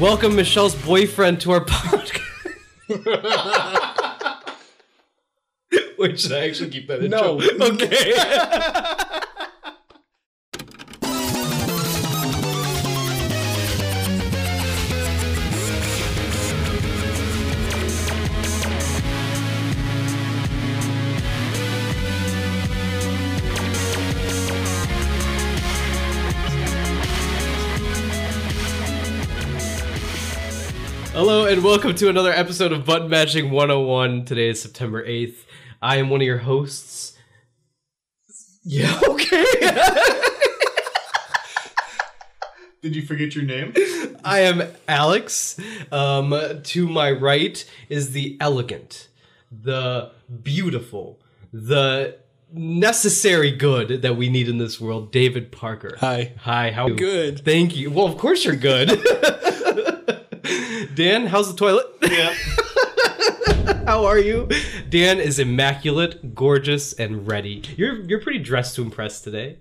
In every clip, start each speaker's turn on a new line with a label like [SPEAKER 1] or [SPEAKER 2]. [SPEAKER 1] Welcome Michelle's boyfriend to our podcast.
[SPEAKER 2] Wait, should I actually keep that
[SPEAKER 1] No.
[SPEAKER 2] intro? Okay.
[SPEAKER 1] Hello and welcome to another episode of Button Matching 101. Today is September 8th. I am one of your hosts. Yeah, okay.
[SPEAKER 3] Did you forget your name?
[SPEAKER 1] I am Alex. Um, to my right is the elegant, the beautiful, the necessary good that we need in this world, David Parker.
[SPEAKER 2] Hi.
[SPEAKER 1] Hi, how are you?
[SPEAKER 2] Good.
[SPEAKER 1] Thank you. Well, of course you're good. Dan, how's the toilet?
[SPEAKER 3] Yeah.
[SPEAKER 1] How are you? Dan is immaculate, gorgeous, and ready. You're you're pretty dressed to impress today.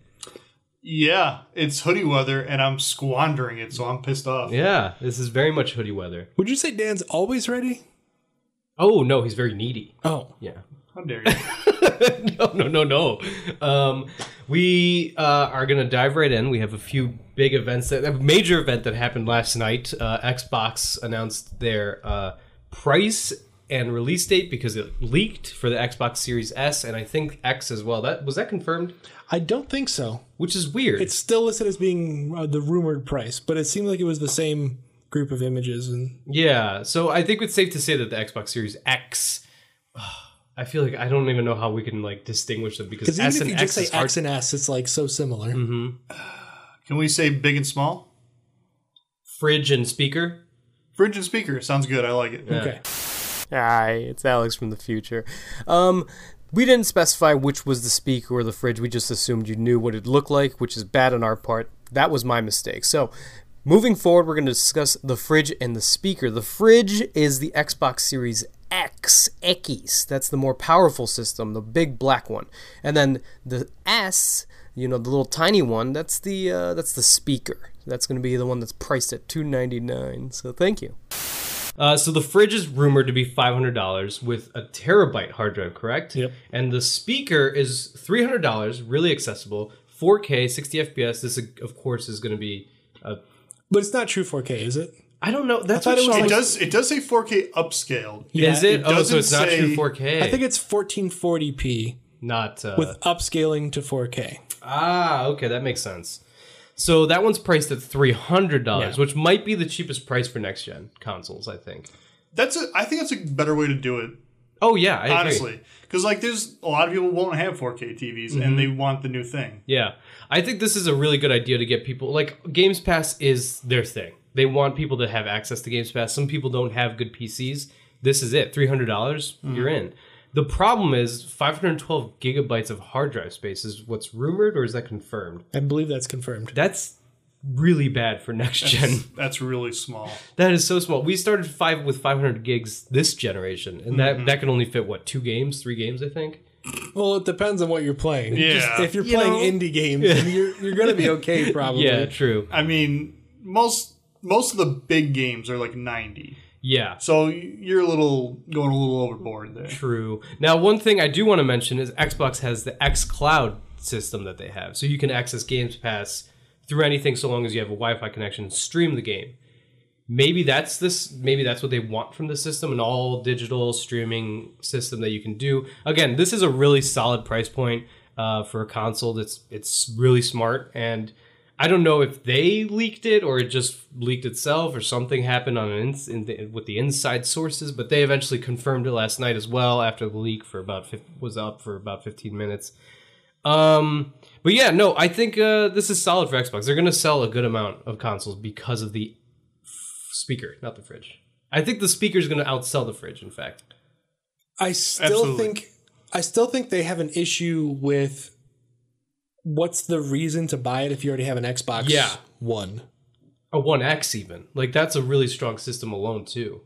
[SPEAKER 3] yeah, it's hoodie weather and I'm squandering it, so I'm pissed off.
[SPEAKER 1] Yeah, this is very much hoodie weather.
[SPEAKER 2] Would you say Dan's always ready?
[SPEAKER 1] Oh no, he's very needy.
[SPEAKER 2] Oh.
[SPEAKER 1] Yeah.
[SPEAKER 3] How dare you?
[SPEAKER 1] no, no, no, no. Um, we uh, are going to dive right in. We have a few big events, that, a major event that happened last night. Uh, Xbox announced their uh, price and release date because it leaked for the Xbox Series S and I think X as well. That was that confirmed,
[SPEAKER 2] I don't think so.
[SPEAKER 1] which is weird.
[SPEAKER 2] It's still listed as being uh, the rumored price, but it seemed like it was the same group of images and
[SPEAKER 1] yeah, so I think it's safe to say that the Xbox Series X. I feel like I don't even know how we can like distinguish them because
[SPEAKER 2] because even
[SPEAKER 1] S
[SPEAKER 2] if
[SPEAKER 1] and
[SPEAKER 2] you
[SPEAKER 1] X
[SPEAKER 2] just say
[SPEAKER 1] is hard. Mm-hmm.
[SPEAKER 2] X and S, it's like so similar.
[SPEAKER 3] Can we say big and small?
[SPEAKER 1] fridge and speaker.
[SPEAKER 3] Fridge and speaker. Sounds good. I like it.
[SPEAKER 2] Okay,
[SPEAKER 4] Hi, it's Alex from the future. Um, we didn't specify which was the speaker or the fridge. We just assumed you knew what it looked like, which is bad on our part. That was my mistake. So, moving forward, we're going to discuss the fridge and the speaker. The fridge is the Xbox Series X, X. That's the more powerful system, the big black one. And then the S, you know, the little tiny one. That's the uh, that's the speaker. That's going to be the one that's priced at 299. So, thank you.
[SPEAKER 1] Uh, so the fridge is rumored to be five hundred dollars with a terabyte hard drive, correct?
[SPEAKER 2] Yep.
[SPEAKER 1] And the speaker is three hundred dollars, really accessible, four K, sixty FPS. This, of course, is going to be.
[SPEAKER 2] but it's not true 4K, is it?
[SPEAKER 1] I don't know. That's
[SPEAKER 2] I
[SPEAKER 1] what
[SPEAKER 2] thought it
[SPEAKER 1] she-
[SPEAKER 3] It
[SPEAKER 2] was like-
[SPEAKER 3] does it does say 4K upscaled.
[SPEAKER 1] Is it?
[SPEAKER 3] it
[SPEAKER 1] oh, so
[SPEAKER 3] doesn't
[SPEAKER 1] it's not true
[SPEAKER 3] say-
[SPEAKER 1] four K.
[SPEAKER 2] I think it's 1440p
[SPEAKER 1] not. Uh,
[SPEAKER 2] with upscaling to 4K.
[SPEAKER 1] ah, okay, that makes sense. So that one's priced at three hundred dollars,
[SPEAKER 2] Yeah.
[SPEAKER 1] which might be the cheapest price for next gen consoles. I think.
[SPEAKER 3] That's a I think that's a better way to do it,
[SPEAKER 1] Oh yeah, I agree.
[SPEAKER 3] honestly. Because like there's a lot of people won't have 4K TVs and they want the new thing.
[SPEAKER 1] Yeah. I think this is a really good idea to get people like Games Pass is their thing. They want people to have access to Games Pass. Some people don't have good PCs. This is it. Three hundred dollars, you're in. The problem is five hundred and twelve gigabytes of hard drive space is what's rumored or is that confirmed?
[SPEAKER 2] I believe that's confirmed.
[SPEAKER 1] That's really bad for next gen.
[SPEAKER 3] That's really small.
[SPEAKER 1] That is so small. We started five with five hundred gigs this generation, and that that can only fit what, two games, three games, I think?
[SPEAKER 2] Well, it depends on what you're playing.
[SPEAKER 3] Yeah.
[SPEAKER 2] Just- if you're
[SPEAKER 1] You
[SPEAKER 2] playing
[SPEAKER 1] know?
[SPEAKER 2] indie games, then you're you're gonna be okay probably.
[SPEAKER 1] Yeah, true.
[SPEAKER 3] I mean, most most of the big games are like 90.
[SPEAKER 1] Yeah.
[SPEAKER 3] So you're a little going a little overboard there.
[SPEAKER 1] True. Now, one thing I do want to mention is Xbox has the X Cloud system that they have, so you can access Games Pass through anything so long as you have a Wi-Fi connection and stream the game. Maybe that's this. Maybe that's what they want from the system—an all-digital streaming system that you can do. Again, this is a really solid price point uh, for a console. That's it's really smart, and I don't know if they leaked it or it just leaked itself or something happened on an ins- in the, with the inside sources, but they eventually confirmed it last night as well after the leak for about fif- was up for about 15 minutes. Um, but yeah, no, I think uh, this is solid for Xbox. They're going to sell a good amount of consoles because of the f- speaker, not the fridge. I think the speaker is going to outsell the fridge. In fact,
[SPEAKER 2] I still
[SPEAKER 3] Absolutely.
[SPEAKER 2] think I still think they have an issue with what's the reason to buy it if you already have an Xbox
[SPEAKER 1] Yeah.
[SPEAKER 2] One.
[SPEAKER 1] a One X even like that's a really strong system alone too.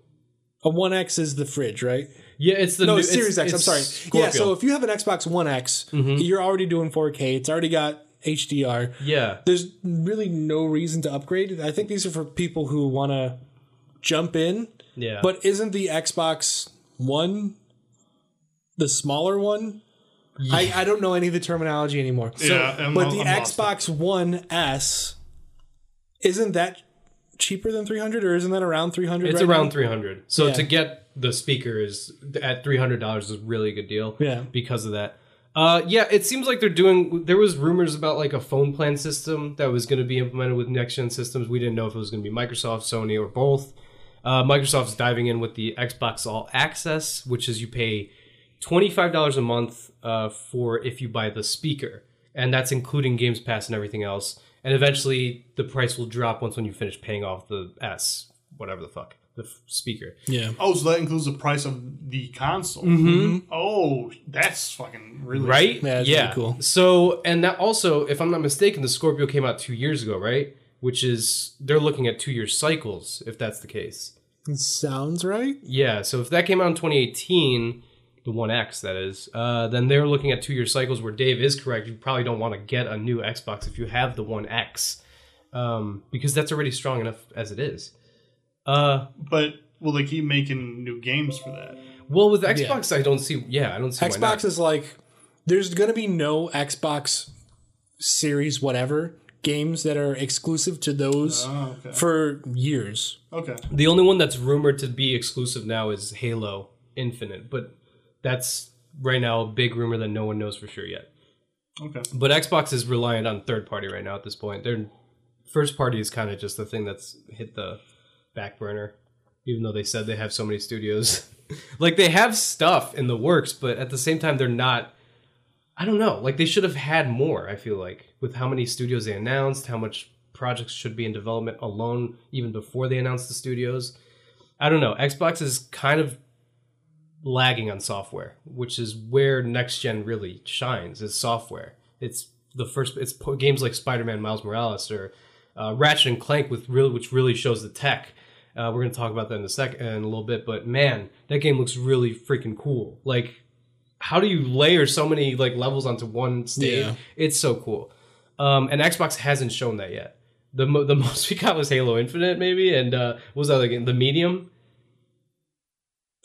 [SPEAKER 2] A One X is the fridge, right?
[SPEAKER 1] Yeah, it's the
[SPEAKER 2] No,
[SPEAKER 1] new,
[SPEAKER 2] it's Series X.
[SPEAKER 1] it's-
[SPEAKER 2] I'm sorry.
[SPEAKER 1] it's
[SPEAKER 2] Yeah, so
[SPEAKER 1] Scorpio.
[SPEAKER 2] if you have an Xbox One X, you're already doing 4K. It's already got HDR.
[SPEAKER 1] yeah.
[SPEAKER 2] There's really no reason to upgrade. I think these are for people who want to jump in.
[SPEAKER 1] Yeah.
[SPEAKER 2] But isn't the Xbox One the smaller one? I, I don't know any of the terminology anymore. So,
[SPEAKER 3] Yeah, I'm-
[SPEAKER 2] but the
[SPEAKER 3] I'm lost.
[SPEAKER 2] Xbox One S isn't that cheaper than 300 or isn't that around 300
[SPEAKER 1] It's
[SPEAKER 2] right
[SPEAKER 1] around
[SPEAKER 2] now?
[SPEAKER 1] 300. So
[SPEAKER 2] Yeah.
[SPEAKER 1] to get the speaker is at $300 is a really good deal.
[SPEAKER 2] Yeah.
[SPEAKER 1] Because of that. Uh, yeah, it seems like they're doing. There was rumors about like a phone plan system that was going to be implemented with next gen systems. We didn't know if it was going to be Microsoft, Sony, or both. Uh, Microsoft's diving in with the Xbox All Access, which is you pay twenty five dollars a month uh, for if you buy the speaker, and that's including Games Pass and everything else. And eventually, the price will drop once when you finish paying off the S, whatever the fuck, the f- speaker.
[SPEAKER 2] Yeah.
[SPEAKER 3] Oh, so that includes the price of the console. Oh, that's fucking really
[SPEAKER 1] Mm-hmm. right?
[SPEAKER 2] Yeah, it's really cool.
[SPEAKER 1] So, and that also, if I'm not mistaken, the Scorpio came out two years ago, right? Which is they're looking at two year cycles, if that's the case.
[SPEAKER 2] Sounds right.
[SPEAKER 1] Yeah. So if that came out in 2018, the One X that is, uh, then they're looking at two year cycles. Where Dave is correct, you probably don't want to get a new Xbox if you have the One X, um, because that's already strong enough as it is. Uh,
[SPEAKER 3] But will they keep making new games for that?
[SPEAKER 1] well, with Xbox, I don't see. Yeah, I don't see why not.
[SPEAKER 2] Xbox is like there's going to be no Xbox series whatever games that are exclusive to those
[SPEAKER 3] Oh, okay.
[SPEAKER 2] for years.
[SPEAKER 3] Okay.
[SPEAKER 1] The only one that's rumored to be exclusive now is Halo Infinite, but that's right now a big rumor that no one knows for sure yet.
[SPEAKER 3] Okay.
[SPEAKER 1] But Xbox is reliant on third party right now at this point. Their first party is kind of just the thing that's hit the back burner, even though they said they have so many studios. like they have stuff in the works, but at the same time, they're not. I don't know. Like they should have had more. I feel like with how many studios they announced, how much projects should be in development alone, even before they announced the studios. I don't know. Xbox is kind of lagging on software, which is where next gen really shines. Is software. It's the first. It's po- games like Spider Man, Miles Morales, or uh, Ratchet and Clank, with really which really shows the tech. Uh, we're gonna talk about that in a sec in a little bit, but man, that game looks really freaking cool. Like, how do you layer so many like levels onto one stage?
[SPEAKER 2] Yeah.
[SPEAKER 1] It's so cool. Um, and Xbox hasn't shown that yet. The, mo- the most we got was Halo Infinite, maybe, and uh, what was that other game? The Medium.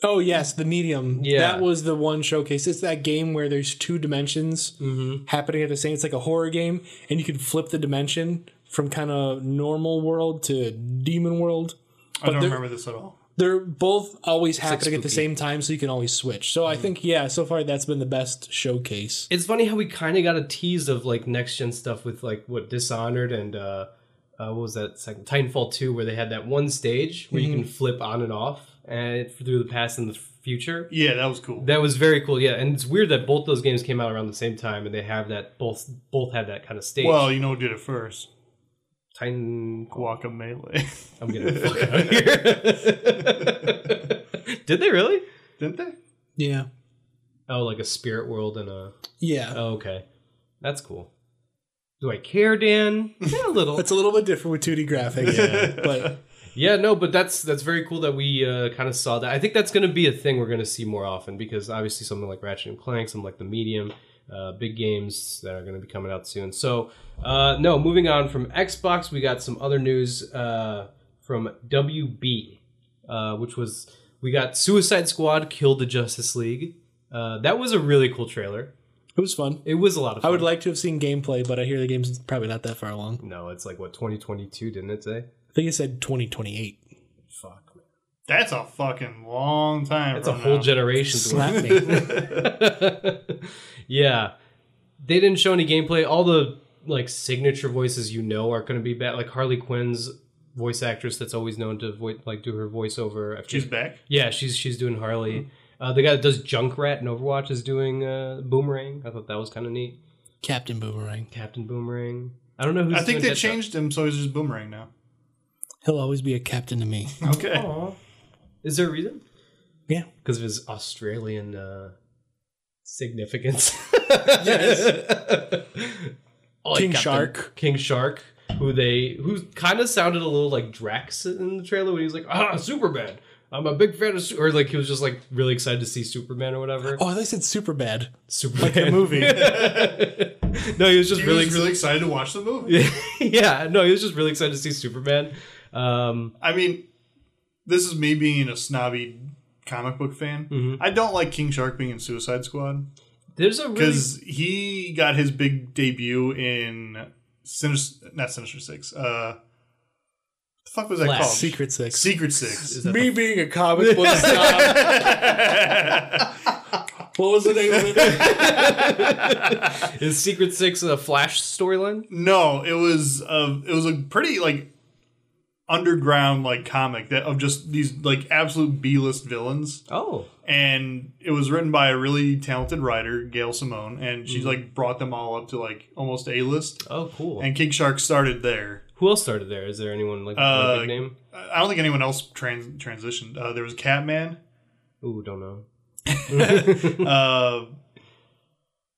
[SPEAKER 2] Oh yes, the medium.
[SPEAKER 1] Yeah.
[SPEAKER 2] That was the one showcase. It's that game where there's two dimensions
[SPEAKER 1] Mm-hmm.
[SPEAKER 2] happening at the same. It's like a horror game, and you can flip the dimension from kind of normal world to demon world.
[SPEAKER 3] I don't
[SPEAKER 2] they're-
[SPEAKER 3] remember this at all.
[SPEAKER 2] They're both always happening at the
[SPEAKER 1] spooky. Mm-hmm.
[SPEAKER 2] same time, so you can always switch. So I think yeah, so far that's been the best showcase.
[SPEAKER 1] it's funny how we kind of got a tease of like next gen stuff with like what Dishonored and uh, uh what was that second Titanfall two where they had that one stage where you can flip on and off and through the past and the future.
[SPEAKER 3] Yeah, that was cool.
[SPEAKER 1] That was very cool, yeah. And it's weird that both those games came out around the same time and they have that both both had that kind of stage.
[SPEAKER 3] well, you know who did it first?
[SPEAKER 1] Titan,
[SPEAKER 3] Guacamelee.
[SPEAKER 1] I'm getting the fuck out of here. Did they really?
[SPEAKER 3] Didn't they?
[SPEAKER 2] Yeah.
[SPEAKER 1] Oh, like a spirit world and a.
[SPEAKER 2] Yeah.
[SPEAKER 1] Oh, okay, that's cool. Do I care, Dan? Yeah, a little.
[SPEAKER 2] It's a little bit different with 2D graphics, but
[SPEAKER 1] Oh. Yeah, no, but that's that's very cool that we uh, kind of saw that. I think that's going to be a thing we're going to see more often because obviously something like Ratchet and Clank, something like the Medium, uh, big games that are going to be coming out soon. So, uh, no, moving on from Xbox, we got some other news uh, from WB, uh, which was we got Suicide Squad killed the Justice League. Uh, that was a really cool trailer.
[SPEAKER 2] it was fun.
[SPEAKER 1] It was a lot of
[SPEAKER 2] I
[SPEAKER 1] fun.
[SPEAKER 2] would like to have seen gameplay, but I hear the game's probably not that far along.
[SPEAKER 1] no, it's like what 2022 didn't it say?
[SPEAKER 2] I think it said 2028.
[SPEAKER 1] Fuck, man.
[SPEAKER 3] That's a fucking long time.
[SPEAKER 1] that's a
[SPEAKER 3] from
[SPEAKER 1] whole
[SPEAKER 3] now.
[SPEAKER 1] generation. to-
[SPEAKER 2] Slap me.
[SPEAKER 1] yeah, they didn't show any gameplay. All the like signature voices you know are going to be bad. Like Harley Quinn's voice actress that's always known to vo- like do her voiceover. After,
[SPEAKER 3] She's Mm-hmm. back.
[SPEAKER 1] yeah, she's she's doing Harley. Uh, the guy that does Junkrat in Overwatch is doing uh, Boomerang. I thought that was kind of neat.
[SPEAKER 2] Captain Boomerang.
[SPEAKER 1] Captain Boomerang. I don't know who's.
[SPEAKER 3] I think
[SPEAKER 1] doing
[SPEAKER 3] they
[SPEAKER 1] Deathstroke.
[SPEAKER 3] changed him, so he's just boomerang now.
[SPEAKER 2] He'll always be a captain to me.
[SPEAKER 1] Oh.
[SPEAKER 3] Okay.
[SPEAKER 1] Aw. Is there a reason?
[SPEAKER 2] Yeah.
[SPEAKER 1] Because of his Australian uh, significance. Oh,
[SPEAKER 2] King
[SPEAKER 1] Captain-
[SPEAKER 2] Shark.
[SPEAKER 1] King Shark, who they who kind of sounded a little like Drax in the trailer when he was like, "Ah, Superman! I'm a big fan of," Su-, or like he was just like really excited to see Superman or whatever.
[SPEAKER 2] Oh, they said super bad.
[SPEAKER 1] Superman
[SPEAKER 3] The movie. he
[SPEAKER 1] no, he was just really,
[SPEAKER 3] was really excited to watch the movie.
[SPEAKER 1] exci- yeah, no, he was just really excited to see Superman. Um,
[SPEAKER 3] I mean, this is me being a snobby comic book fan.
[SPEAKER 1] Mm-hmm.
[SPEAKER 3] I don't like King Shark being in Suicide Squad
[SPEAKER 1] There's a really
[SPEAKER 3] because he got his big debut in Sinister, not Sinister Six. Uh, what the fuck was that
[SPEAKER 1] Flash.
[SPEAKER 3] called?
[SPEAKER 2] Secret Six.
[SPEAKER 3] Secret Six.
[SPEAKER 1] Is that
[SPEAKER 2] Me being a comic book snob. what was the name of it?
[SPEAKER 1] is Secret Six a Flash storyline?
[SPEAKER 3] No, it was a it was a pretty like underground like comic that of just these like absolute B list villains,
[SPEAKER 1] Oh,
[SPEAKER 3] and it was written by a really talented writer, Gail Simone, and she like brought them all up to like almost A list.
[SPEAKER 1] oh, cool.
[SPEAKER 3] And King Shark started there.
[SPEAKER 1] Who else started there? Is there anyone like with a
[SPEAKER 3] Uh,
[SPEAKER 1] big name?
[SPEAKER 3] I don't think anyone else trans- transitioned. Uh, there was Catman,
[SPEAKER 1] Ooh, don't know.
[SPEAKER 3] uh,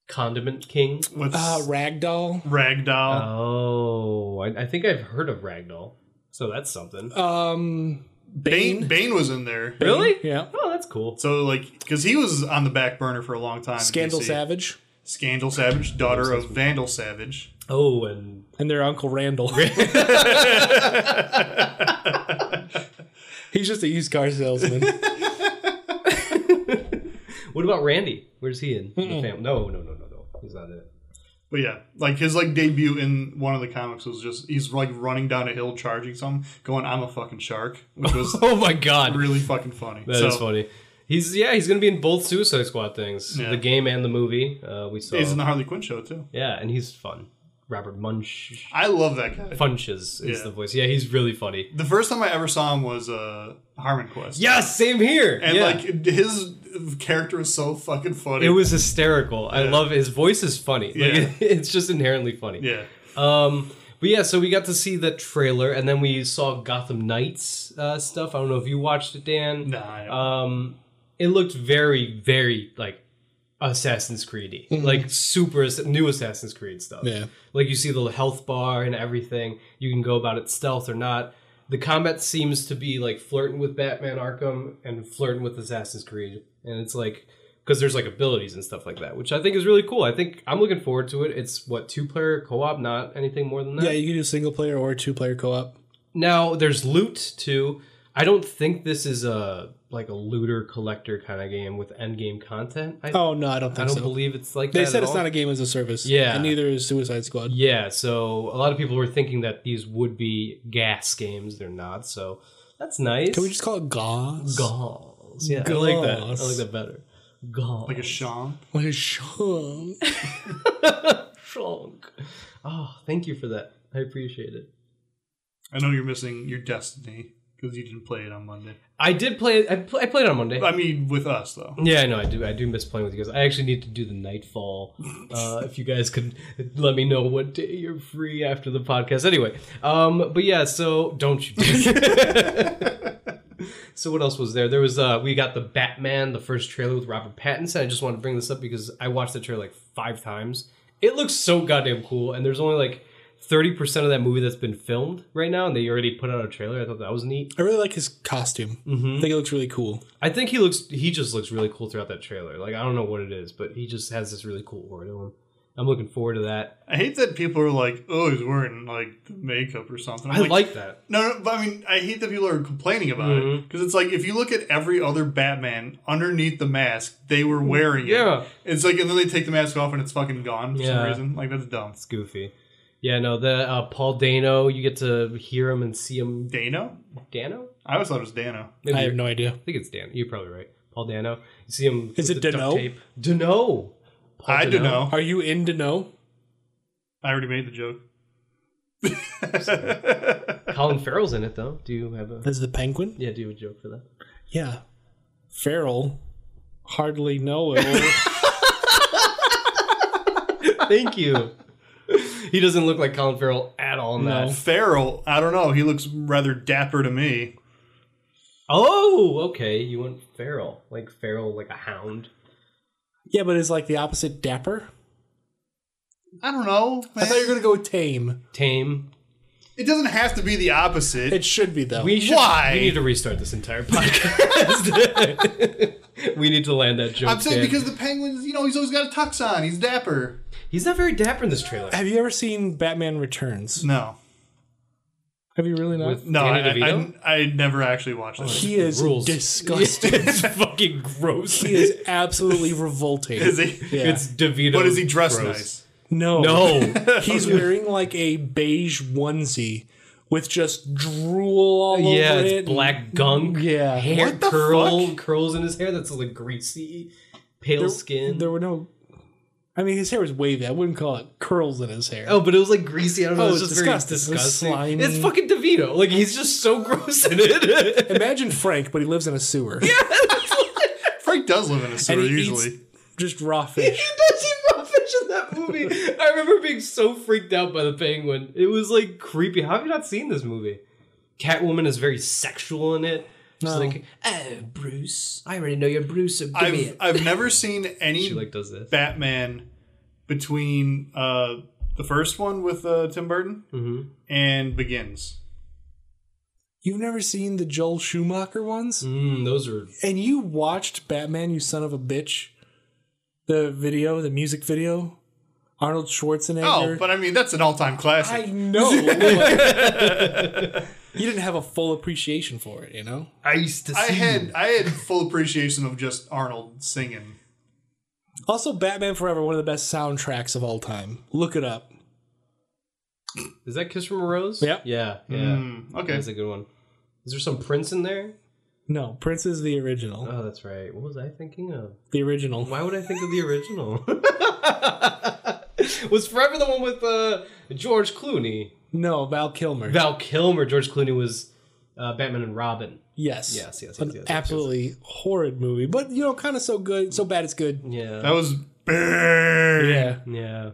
[SPEAKER 1] Condiment King.
[SPEAKER 3] what's
[SPEAKER 2] Uh, Ragdoll.
[SPEAKER 1] uh,
[SPEAKER 3] Ragdoll,
[SPEAKER 1] Oh, I, I think I've heard of Ragdoll. So that's something.
[SPEAKER 2] Um,
[SPEAKER 3] Bane.
[SPEAKER 2] Bane.
[SPEAKER 3] Bane was in there.
[SPEAKER 1] really?
[SPEAKER 2] Yeah.
[SPEAKER 1] Oh, that's cool.
[SPEAKER 3] So like, because he was on the back burner for a long time. in
[SPEAKER 2] Scandal
[SPEAKER 3] DC.
[SPEAKER 2] Savage.
[SPEAKER 3] Scandal Savage, daughter of Vandal Savage.
[SPEAKER 1] Oh, and
[SPEAKER 2] And their Uncle Randall. He's just a used car salesman.
[SPEAKER 1] what about Randy? Where's he in the family? No, no, no, no, no. He's not in it.
[SPEAKER 3] But yeah, like his like debut in one of the comics was just he's like running down a hill charging something, going "I'm a fucking shark," which was
[SPEAKER 1] Oh my god, that is
[SPEAKER 3] really fucking funny. so
[SPEAKER 1] funny. He's yeah, he's gonna be in both Suicide Squad things,
[SPEAKER 3] Yeah.
[SPEAKER 1] the game and the movie. Uh, we saw.
[SPEAKER 3] He's in the Harley Quinn show too.
[SPEAKER 1] yeah, and he's fun. Robert Munch.
[SPEAKER 3] I love that guy.
[SPEAKER 1] Funches is
[SPEAKER 3] Yeah.
[SPEAKER 1] the voice. Yeah, he's really funny.
[SPEAKER 3] The first time I ever saw him was uh Harmon Quest.
[SPEAKER 1] Yes, same here.
[SPEAKER 3] and
[SPEAKER 1] yeah.
[SPEAKER 3] like his character was so fucking funny.
[SPEAKER 1] it was hysterical. I love his voice is funny. Like,
[SPEAKER 3] Yeah.
[SPEAKER 1] it's just inherently funny.
[SPEAKER 3] yeah.
[SPEAKER 1] Um, but yeah, so we got to see the trailer, and then we saw Gotham Knights uh, stuff. I don't know if you watched it, Dan.
[SPEAKER 3] Nah, I don't.
[SPEAKER 1] Um, it looked very, very like Assassin's Creedy, like super ass- new Assassin's Creed stuff.
[SPEAKER 2] Mm-hmm. Yeah.
[SPEAKER 1] like you see the health bar and everything. You can go about it stealth or not. The combat seems to be like flirting with Batman Arkham and flirting with Assassin's Creed, and it's like because there's like abilities and stuff like that, which I think is really cool. I think I'm looking forward to it. It's what two player co op, not anything more than that.
[SPEAKER 2] yeah, you can do single player or two player co op.
[SPEAKER 1] Now there's loot too. I don't think this is a like a looter collector kind of game with end game content. I,
[SPEAKER 2] Oh, no, I don't
[SPEAKER 1] I
[SPEAKER 2] think
[SPEAKER 1] don't
[SPEAKER 2] so.
[SPEAKER 1] believe it's like
[SPEAKER 2] they
[SPEAKER 1] that
[SPEAKER 2] said
[SPEAKER 1] at
[SPEAKER 2] it's
[SPEAKER 1] all.
[SPEAKER 2] not a game as a service.
[SPEAKER 1] Yeah.
[SPEAKER 2] And neither is Suicide Squad.
[SPEAKER 1] Yeah, so a lot of people were thinking that these would be gas games. They're not, so that's nice.
[SPEAKER 2] Can we just call it Gauze?
[SPEAKER 1] Gauls. Yeah, I like that. I like
[SPEAKER 2] Gauls.
[SPEAKER 1] that better. Gauls.
[SPEAKER 3] like a Sean.
[SPEAKER 2] Like a shunk.
[SPEAKER 1] Trunk. Oh, thank you for that. I appreciate it.
[SPEAKER 3] I know you're missing your destiny because you didn't play it on Monday.
[SPEAKER 1] I did play. I, pl- I played on Monday.
[SPEAKER 3] I mean, with us though.
[SPEAKER 1] Yeah, I know. I do. I do miss playing with you guys. I actually need to do the Nightfall. Uh, if you guys could let me know what day you're free after the podcast. Anyway, um, but yeah. So don't you? do- so what else was there? There was uh, we got the Batman, the first trailer with Robert Pattinson. I just want to bring this up because I watched the trailer like five times. It looks so goddamn cool, and there's only like. 30% of that movie that's been filmed right now and they already put out a trailer. I thought that was neat.
[SPEAKER 2] I really like his costume. I think it looks really cool.
[SPEAKER 1] I think he looks he just looks really cool throughout that trailer. Like I don't know what it is, but he just has this really cool aura to him. I'm looking forward to that.
[SPEAKER 3] I hate that people are like, "Oh, he's wearing like makeup or something." I'm
[SPEAKER 1] I like that.
[SPEAKER 3] No, no, but I mean, I hate that people are complaining about it. 'Cause
[SPEAKER 1] Mm-hmm.
[SPEAKER 3] it because it's like if you look at every other Batman underneath the mask, they were wearing it.
[SPEAKER 1] Yeah.
[SPEAKER 3] it's like and then they take the mask off and it's fucking gone for
[SPEAKER 1] Yeah.
[SPEAKER 3] some reason. Like that's dumb.
[SPEAKER 1] It's goofy. Yeah, no, the uh, Paul Dano, you get to hear him and see him.
[SPEAKER 3] Dano,
[SPEAKER 1] Dano?
[SPEAKER 3] I always thought it was Dano.
[SPEAKER 1] Maybe.
[SPEAKER 2] I
[SPEAKER 1] I,
[SPEAKER 2] have no idea.
[SPEAKER 1] think it's Dan. You're probably right. Paul Dano. You see him.
[SPEAKER 2] Is
[SPEAKER 1] with
[SPEAKER 2] it
[SPEAKER 1] the duct
[SPEAKER 2] Dano?
[SPEAKER 1] tape. Dano. Paul
[SPEAKER 3] I don't
[SPEAKER 1] Dano.
[SPEAKER 3] know.
[SPEAKER 2] Are you in to know?
[SPEAKER 3] I already made the joke.
[SPEAKER 1] Colin Farrell's in it though. Do you have a?
[SPEAKER 2] As the penguin?
[SPEAKER 1] Yeah, do you have a joke for that?
[SPEAKER 2] Yeah. Feral. Hardly know it.
[SPEAKER 1] Thank you. he doesn't look like Colin Farrell at all in that.
[SPEAKER 3] Farrell, I don't know. He looks rather dapper to me.
[SPEAKER 1] Oh, okay. You want feral, like feral, like a hound.
[SPEAKER 2] yeah, but it's like the opposite dapper.
[SPEAKER 3] I don't know.
[SPEAKER 2] I thought you were
[SPEAKER 3] man.
[SPEAKER 2] going to go tame.
[SPEAKER 1] tame.
[SPEAKER 3] It doesn't have to be the opposite.
[SPEAKER 2] It should be, though.
[SPEAKER 1] We should,
[SPEAKER 3] Why?
[SPEAKER 1] We need to restart this entire podcast. we need to land that joke.
[SPEAKER 3] I'm saying
[SPEAKER 1] Dan.
[SPEAKER 3] because the penguins, you know, he's always got a tux on. He's dapper.
[SPEAKER 1] he's not very dapper in this trailer.
[SPEAKER 2] have you ever seen Batman Returns?
[SPEAKER 3] No.
[SPEAKER 2] Have you really not?
[SPEAKER 1] With
[SPEAKER 3] No, I,
[SPEAKER 1] Danny
[SPEAKER 3] I,
[SPEAKER 1] DeVito? Oh,
[SPEAKER 3] I, I never actually watched this.
[SPEAKER 2] he is
[SPEAKER 1] rules.
[SPEAKER 2] disgusting.
[SPEAKER 1] it's fucking gross.
[SPEAKER 2] he is absolutely revolting.
[SPEAKER 3] Is he?
[SPEAKER 2] Yeah.
[SPEAKER 1] It's DeVito.
[SPEAKER 3] But is he dressed
[SPEAKER 1] gross.
[SPEAKER 3] nice?
[SPEAKER 2] No,
[SPEAKER 1] No.
[SPEAKER 2] He's wearing like a beige onesie with just drool all
[SPEAKER 1] yeah,
[SPEAKER 2] over
[SPEAKER 1] it's
[SPEAKER 2] it. and-
[SPEAKER 1] black gunk.
[SPEAKER 2] Yeah.
[SPEAKER 1] hair
[SPEAKER 3] What the
[SPEAKER 1] curl
[SPEAKER 3] fuck?
[SPEAKER 1] curls in his hair. That's like greasy, pale skin.
[SPEAKER 2] There were no. I mean, his hair was wavy. I wouldn't call it curls in his hair.
[SPEAKER 1] Oh, but it was like greasy. I don't know.
[SPEAKER 2] Oh,
[SPEAKER 1] it was
[SPEAKER 2] it's
[SPEAKER 1] just
[SPEAKER 2] disgusting. It
[SPEAKER 1] very
[SPEAKER 2] was
[SPEAKER 1] disgusting.
[SPEAKER 2] slimy.
[SPEAKER 1] It's fucking DeVito. Like he's just so gross in it.
[SPEAKER 2] Imagine Frank, but he lives in a sewer. Yeah,
[SPEAKER 3] Frank does live in a sewer
[SPEAKER 2] and he
[SPEAKER 3] usually.
[SPEAKER 2] eats just raw
[SPEAKER 1] he
[SPEAKER 2] fish.
[SPEAKER 1] does eat raw fish in that movie. I remember being so freaked out by the penguin. It was like creepy. How have you not seen this movie? Catwoman is very sexual in it. She's
[SPEAKER 2] No.
[SPEAKER 1] like, oh, Bruce. I already know you're Bruce, so give me
[SPEAKER 3] I've
[SPEAKER 1] it.
[SPEAKER 3] I've never seen any
[SPEAKER 1] She like does this.
[SPEAKER 3] Batman between uh, the first one with uh, Tim Burton
[SPEAKER 1] Mhm.
[SPEAKER 3] and Begins.
[SPEAKER 2] You've never seen the Joel Schumacher ones,
[SPEAKER 1] Mm, those are
[SPEAKER 2] and you watched Batman, you son of a bitch. The video, the music video, Arnold Schwarzenegger.
[SPEAKER 3] Oh, but I mean that's an all-time
[SPEAKER 2] I
[SPEAKER 3] classic.
[SPEAKER 2] know. but- you didn't have a full appreciation for it, you know.
[SPEAKER 1] I used to see.
[SPEAKER 3] I, had I had full appreciation of just Arnold singing.
[SPEAKER 2] Also, Batman Forever, one of the best soundtracks of all time. Look it up.
[SPEAKER 1] Is that Kiss from a Rose?
[SPEAKER 2] Yep.
[SPEAKER 1] Yeah. Yeah.
[SPEAKER 3] Mm, okay.
[SPEAKER 1] That's a good one. Is there some Prince in there?
[SPEAKER 2] No, Prince is the original.
[SPEAKER 1] Oh, that's right. What was I thinking of?
[SPEAKER 2] The original.
[SPEAKER 1] Why would I think of the original? was Forever the one with uh, George Clooney?
[SPEAKER 2] No, Val Kilmer.
[SPEAKER 1] Val Kilmer. George Clooney was uh, Batman and Robin.
[SPEAKER 2] yes.
[SPEAKER 1] Yes, yes, yes,
[SPEAKER 2] An
[SPEAKER 1] yes, yes,
[SPEAKER 2] absolutely horrid movie, but you know, kind of so good, so bad it's good.
[SPEAKER 1] Yeah.
[SPEAKER 3] That was big.
[SPEAKER 2] Yeah.
[SPEAKER 1] yeah.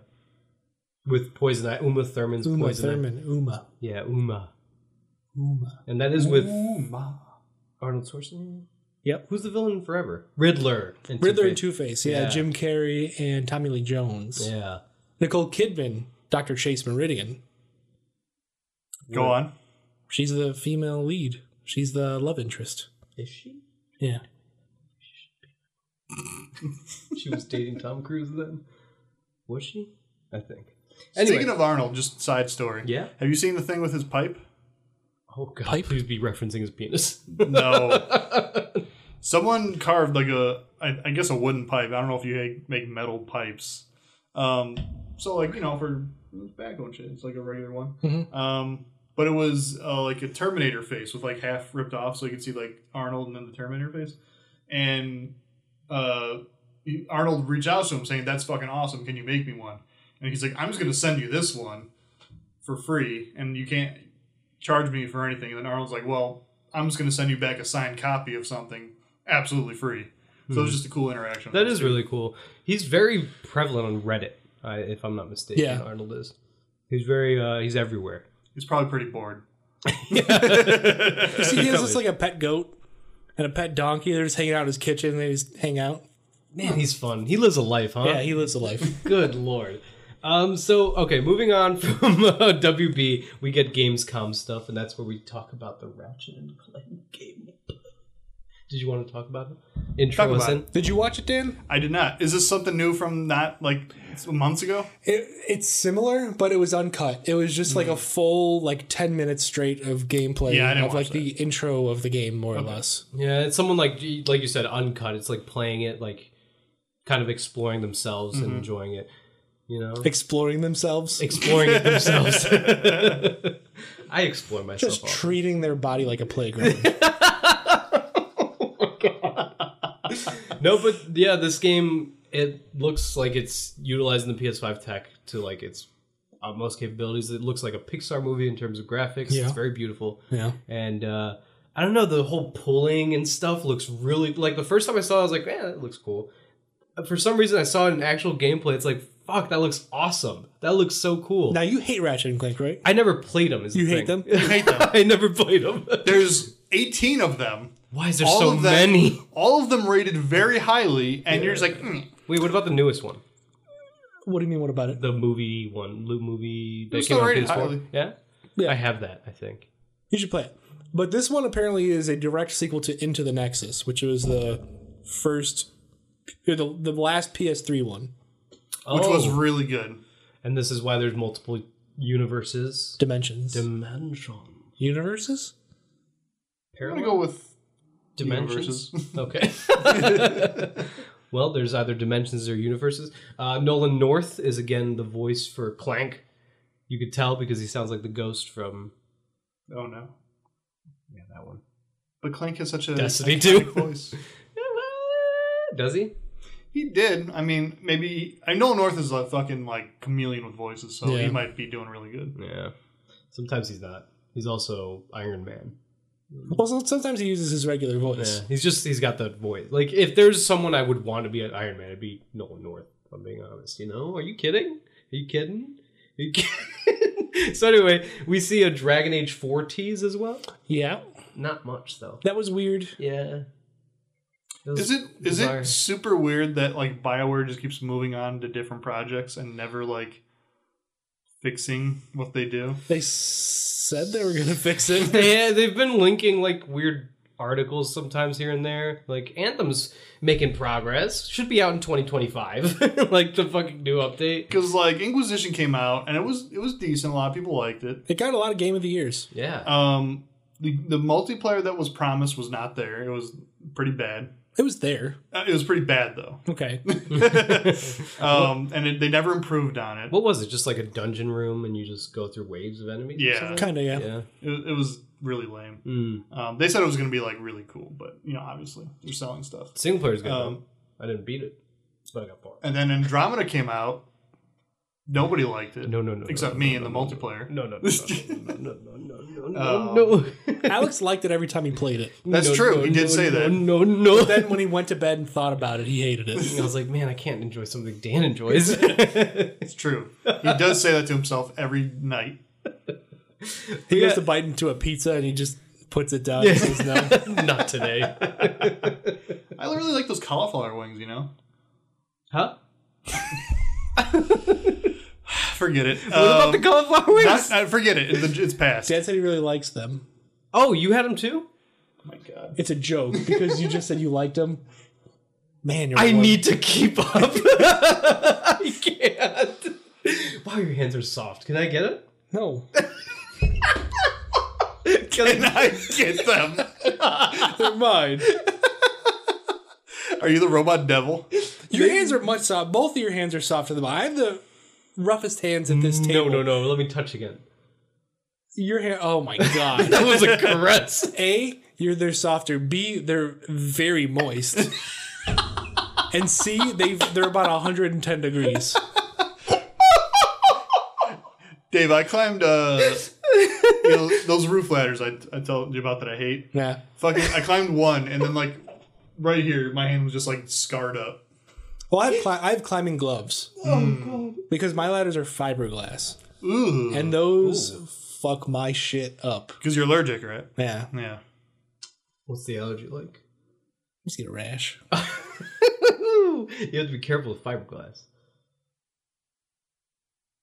[SPEAKER 1] With Poison Ivy. Uma Thurman's
[SPEAKER 2] Uma
[SPEAKER 1] Poison Ivy.
[SPEAKER 2] Thurman. Uma.
[SPEAKER 1] Yeah, Uma.
[SPEAKER 2] Uma.
[SPEAKER 1] And that is with
[SPEAKER 3] Ooh, ma.
[SPEAKER 1] Arnold Schwarzenegger?
[SPEAKER 2] Yep.
[SPEAKER 1] Who's the villain in Forever? Riddler. And
[SPEAKER 2] Riddler and
[SPEAKER 1] Two-Face.
[SPEAKER 2] Two Face. Yeah,
[SPEAKER 1] Yeah.
[SPEAKER 2] Jim Carrey and Tommy Lee Jones.
[SPEAKER 1] Yeah.
[SPEAKER 2] Nicole Kidman, Dr. Chase Meridian.
[SPEAKER 3] Go on.
[SPEAKER 2] She's the female lead. She's the love interest.
[SPEAKER 1] Is she?
[SPEAKER 2] Yeah.
[SPEAKER 1] She was dating Tom Cruise then. Was she? I think.
[SPEAKER 3] Speaking of Arnold, just side story.
[SPEAKER 1] Yeah?
[SPEAKER 3] Have you seen the thing with his pipe?
[SPEAKER 1] oh god,
[SPEAKER 2] Pipe?
[SPEAKER 1] please be referencing his penis.
[SPEAKER 3] No. Someone carved like a, I, I guess a wooden pipe. I don't know if you ha- make metal pipes. Um, so like you know for tobacco and shit, it's like a regular one.
[SPEAKER 1] Mm-hmm.
[SPEAKER 3] Um, but it was uh, like a Terminator face with like half ripped off, so you could see like Arnold and then the Terminator face. And uh, he- Arnold reached out to him saying, "That's fucking awesome. Can you make me one?" And he's like, "I'm just gonna send you this one for free, and you can't charge me for anything." And then Arnold's like, "Well, I'm just going to send you back a signed copy of something absolutely free. So it was just a cool interaction.
[SPEAKER 1] Hmm. that is really cool. He's very prevalent on Reddit, I if I'm not mistaken.
[SPEAKER 2] Yeah.
[SPEAKER 1] Arnold is. He's very. uh He's everywhere.
[SPEAKER 3] He's probably pretty bored.
[SPEAKER 2] See, he has this like a pet goat and a pet donkey. They're just hanging out in his kitchen. they just hang out.
[SPEAKER 1] Man, he's fun. He lives a life, huh?
[SPEAKER 2] Yeah, he lives a life.
[SPEAKER 1] Good lord. Um, so okay, moving on from uh, WB, we get Gamescom stuff, and that's where we talk about the Ratchet and Clank game. Did you want to talk about it? Intro
[SPEAKER 3] Talk
[SPEAKER 1] us
[SPEAKER 3] about
[SPEAKER 1] in.
[SPEAKER 2] Did you watch it, Dan?
[SPEAKER 3] I did not. Is this something new from not like months ago?
[SPEAKER 2] It, it's similar, but it was uncut. It was just like a full like ten minutes straight of gameplay
[SPEAKER 3] Yeah, I didn't
[SPEAKER 2] of like
[SPEAKER 3] watch
[SPEAKER 2] the intro of the game, more or less.
[SPEAKER 1] Yeah, it's someone like like you said, uncut. It's like playing it, like kind of exploring themselves and enjoying it. You know,
[SPEAKER 2] Exploring themselves,
[SPEAKER 1] exploring it themselves. I explore myself.
[SPEAKER 2] just
[SPEAKER 1] often.
[SPEAKER 2] treating their body like a playground.
[SPEAKER 1] no, but yeah, this game it looks like it's utilizing the PS5 tech to like its utmost capabilities. It looks like a Pixar movie in terms of graphics.
[SPEAKER 2] Yeah.
[SPEAKER 1] It's very beautiful.
[SPEAKER 2] yeah,
[SPEAKER 1] And uh, I don't know, the whole pulling and stuff looks really like the first time I saw it, I was like, man, that looks cool. But For some reason, I saw it in actual gameplay. It's like, fuck, that looks awesome. That looks so cool.
[SPEAKER 2] now you hate Ratchet and Clank, right?
[SPEAKER 1] I never played them. Is
[SPEAKER 2] You
[SPEAKER 1] the
[SPEAKER 2] hate
[SPEAKER 1] thing.
[SPEAKER 2] them?
[SPEAKER 3] I hate them.
[SPEAKER 1] I never played them.
[SPEAKER 3] There's 18 of them.
[SPEAKER 1] Why is there
[SPEAKER 3] All
[SPEAKER 1] so
[SPEAKER 3] of them,
[SPEAKER 1] many?
[SPEAKER 3] All of them rated very highly, and you're just like, mm.
[SPEAKER 1] Wait, what about the newest one?
[SPEAKER 2] What do you mean? What about it?
[SPEAKER 1] the movie one, Loot movie that
[SPEAKER 3] was
[SPEAKER 1] came
[SPEAKER 3] still
[SPEAKER 1] out on
[SPEAKER 3] rated
[SPEAKER 1] PS4.
[SPEAKER 3] highly.
[SPEAKER 1] Yeah?
[SPEAKER 2] Yeah.
[SPEAKER 1] I have that. I think.
[SPEAKER 2] You should play it. But this one apparently is a direct sequel to Into the Nexus, which was the first, or the the last PS3 one.
[SPEAKER 1] Oh.
[SPEAKER 3] which was really good.
[SPEAKER 1] and this is why there's multiple universes,
[SPEAKER 2] Dimensions.
[SPEAKER 1] dimensions.
[SPEAKER 2] universes?
[SPEAKER 3] I'm gonna go with
[SPEAKER 1] dimensions.
[SPEAKER 3] universes.
[SPEAKER 1] Okay. well, there's either dimensions or universes. Uh, Nolan North is again the voice for Clank. You could tell because he sounds like the ghost from
[SPEAKER 3] oh no,
[SPEAKER 1] yeah that one.
[SPEAKER 3] but Clank has such a
[SPEAKER 1] Destiny
[SPEAKER 3] iconic
[SPEAKER 1] too.
[SPEAKER 3] voice.
[SPEAKER 1] eh, Does he?
[SPEAKER 3] He did. I mean, maybe I know North is a fucking like chameleon with voices, so
[SPEAKER 2] Yeah.
[SPEAKER 3] he might be doing really good.
[SPEAKER 1] Yeah. Sometimes he's not. He's also Iron Man.
[SPEAKER 2] Well, so- sometimes he uses his regular voice.
[SPEAKER 1] Yeah, he's just he's got that voice. Like if there's someone I would want to be an Iron Man, it'd be Nolan North. If I'm being honest, you know? Are you kidding? Are you kidding? Are you kidding? so anyway, we see a Dragon Age four tease as well.
[SPEAKER 2] Yeah.
[SPEAKER 1] Not much though.
[SPEAKER 2] that was weird.
[SPEAKER 1] Yeah.
[SPEAKER 3] Is it is
[SPEAKER 1] Bizarre.
[SPEAKER 3] it super weird that like Bioware just keeps moving on to different projects and never like fixing what they do?
[SPEAKER 2] They s- said they were gonna fix it.
[SPEAKER 1] they they've been linking like weird articles sometimes here and there. Like Anthem's making progress. Should be out in 2025. like the fucking new update.
[SPEAKER 3] Because like Inquisition came out and it was it was decent. A lot of people liked it.
[SPEAKER 2] It got a lot of game of the years.
[SPEAKER 1] Yeah.
[SPEAKER 3] Um, the the multiplayer that was promised was not there. It was pretty bad.
[SPEAKER 2] It was there.
[SPEAKER 3] Uh, It was pretty bad though.
[SPEAKER 2] Okay.
[SPEAKER 3] Um, and it, they never improved on it.
[SPEAKER 1] what was it? Just like a dungeon room, and you just go through waves of enemies. or
[SPEAKER 3] Yeah,
[SPEAKER 2] Kinda, yeah.
[SPEAKER 1] something? Yeah.
[SPEAKER 3] it, it was really lame.
[SPEAKER 1] Mm.
[SPEAKER 3] Um, they said it was going to be like really cool, but you know, obviously they're selling stuff.
[SPEAKER 1] Single player's good. though.
[SPEAKER 3] Um,
[SPEAKER 1] I didn't beat it, but I got far.
[SPEAKER 3] And then Andromeda came out. Nobody liked it.
[SPEAKER 1] No, no, no.
[SPEAKER 3] Except
[SPEAKER 1] no,
[SPEAKER 3] me
[SPEAKER 1] no,
[SPEAKER 3] in the
[SPEAKER 1] no, no,
[SPEAKER 3] multiplayer.
[SPEAKER 1] No, no, no, no, no, no, no, no, no,
[SPEAKER 3] Um,
[SPEAKER 1] no.
[SPEAKER 2] Alex liked it every time he played it.
[SPEAKER 3] That's
[SPEAKER 1] No,
[SPEAKER 3] true,
[SPEAKER 1] no,
[SPEAKER 3] he did
[SPEAKER 1] no,
[SPEAKER 3] say
[SPEAKER 1] no,
[SPEAKER 3] that.
[SPEAKER 1] No, no.
[SPEAKER 2] Then when he went to bed and thought about it, he hated it.
[SPEAKER 1] I was like, man, I can't enjoy something Dan enjoys.
[SPEAKER 3] It's true. He does say that to himself every night.
[SPEAKER 2] He
[SPEAKER 1] Yeah.
[SPEAKER 2] goes to bite into a pizza and he just puts it down and says no.
[SPEAKER 1] Not today.
[SPEAKER 3] I really like those cauliflower wings, you know?
[SPEAKER 1] Huh?
[SPEAKER 3] Forget it. Um,
[SPEAKER 1] What about the cauliflower wings?
[SPEAKER 3] forget it. It's, it's past.
[SPEAKER 2] Dad said he really likes them.
[SPEAKER 1] Oh, you had them too?
[SPEAKER 3] Oh my god.
[SPEAKER 2] It's a joke because you just said you liked them. Man, you're
[SPEAKER 1] I
[SPEAKER 2] one-
[SPEAKER 1] need to keep up. I can't. Wow, your hands are soft. Can I get it?
[SPEAKER 2] no.
[SPEAKER 1] Can I-
[SPEAKER 3] I get them.
[SPEAKER 2] They're mine.
[SPEAKER 3] Are you the robot devil?
[SPEAKER 2] Your hands are much soft. Both of your hands are softer than mine. I have the roughest hands at this
[SPEAKER 1] no,
[SPEAKER 2] table.
[SPEAKER 1] no, no. Let me touch again.
[SPEAKER 2] Your hair. Oh my god.
[SPEAKER 1] That was a caress.
[SPEAKER 2] A, you're they're softer. B, they're very moist. and C, they they're about 110 degrees.
[SPEAKER 3] Dave, I climbed uh, you know, those roof ladders I, I told you about that I hate.
[SPEAKER 2] Yeah.
[SPEAKER 3] Fucking, I climbed one, and then like right here, my hand was just like scarred up.
[SPEAKER 2] Well, I have, cli- I have climbing gloves. Oh god. Because my ladders are fiberglass,
[SPEAKER 3] Ooh,
[SPEAKER 2] and those fuck my shit up.
[SPEAKER 3] because you're allergic, right?
[SPEAKER 2] Yeah. I
[SPEAKER 3] Yeah.
[SPEAKER 1] What's the allergy like?
[SPEAKER 2] just get a rash.
[SPEAKER 1] you have to be careful with fiberglass.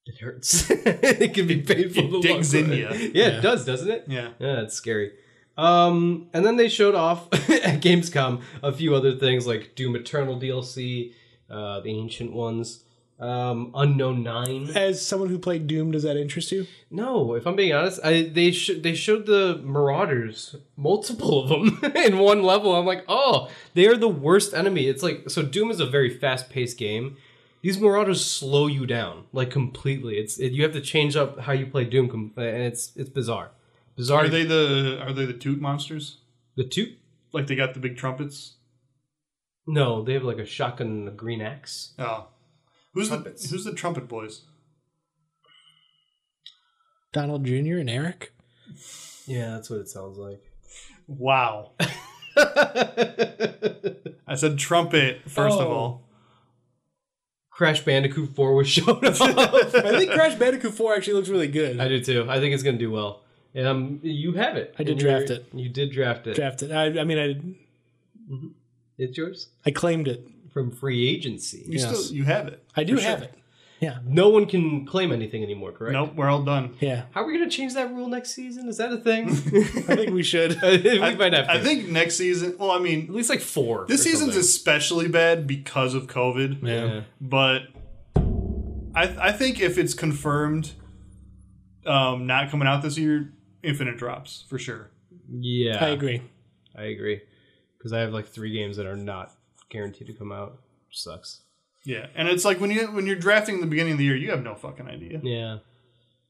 [SPEAKER 1] It hurts. it can be painful. to
[SPEAKER 3] It digs
[SPEAKER 1] walk
[SPEAKER 3] in
[SPEAKER 1] on.
[SPEAKER 3] ya.
[SPEAKER 1] Yeah, it does, doesn't it?
[SPEAKER 3] Yeah.
[SPEAKER 1] Yeah, it's scary. Um, and then they showed off at Gamescom a few other things like Doom Eternal DLC, uh, the ancient ones, um, Unknown Nine.
[SPEAKER 2] As someone who played Doom, does that interest you?
[SPEAKER 1] No, if I'm being honest, I they sh- they showed the Marauders, multiple of them in one level. I'm like, oh, they are the worst enemy. It's like so Doom is a very fast paced game. These Marauders slow you down like completely. It's it, you have to change up how you play Doom, com- and it's it's bizarre, bizarre.
[SPEAKER 3] Are they the are they the toot monsters?
[SPEAKER 1] the two?
[SPEAKER 3] Like they got the big trumpets?
[SPEAKER 1] No, they have like a shotgun and a green axe.
[SPEAKER 3] Oh. Who's
[SPEAKER 1] Trumpets.
[SPEAKER 3] the who's the trumpet boys?
[SPEAKER 2] Donald Jr. and Eric?
[SPEAKER 1] Yeah, that's what it sounds like.
[SPEAKER 3] Wow. I said trumpet first of
[SPEAKER 2] Oh.
[SPEAKER 3] all.
[SPEAKER 1] Crash Bandicoot Four was showed up.
[SPEAKER 2] I think Crash Bandicoot 4 actually looks really good.
[SPEAKER 1] I
[SPEAKER 2] I
[SPEAKER 1] do too. I think it's gonna do well. And um, you have it.
[SPEAKER 2] I did
[SPEAKER 1] And you're-
[SPEAKER 2] draft it.
[SPEAKER 1] You did draft it.
[SPEAKER 2] drafted. I, I mean, I
[SPEAKER 1] It's yours
[SPEAKER 2] I claimed it.
[SPEAKER 1] from free agency.
[SPEAKER 3] You
[SPEAKER 2] Yes.
[SPEAKER 3] still you have it.
[SPEAKER 2] I do
[SPEAKER 3] For sure.
[SPEAKER 2] have it. Yeah.
[SPEAKER 1] No one can claim anything anymore, correct?
[SPEAKER 3] Nope, we're all done.
[SPEAKER 2] Yeah.
[SPEAKER 1] How are we going to change that rule next season? Is that a thing?
[SPEAKER 2] I think we should.
[SPEAKER 1] we
[SPEAKER 3] I,
[SPEAKER 1] might have to.
[SPEAKER 3] I think next season well, I
[SPEAKER 1] at
[SPEAKER 3] mean
[SPEAKER 1] least like four.
[SPEAKER 3] this
[SPEAKER 1] or
[SPEAKER 3] season's
[SPEAKER 1] something.
[SPEAKER 3] especially bad because of COVID.
[SPEAKER 1] Yeah.
[SPEAKER 3] But I I think if it's confirmed um not coming out this year, infinite drops for sure.
[SPEAKER 1] Yeah,
[SPEAKER 2] I agree.
[SPEAKER 1] I agree. Because I have like three games that are not guaranteed to come out. Which sucks.
[SPEAKER 3] Yeah, and it's like when you when you're drafting the beginning of the year, you have no fucking idea.
[SPEAKER 1] Yeah.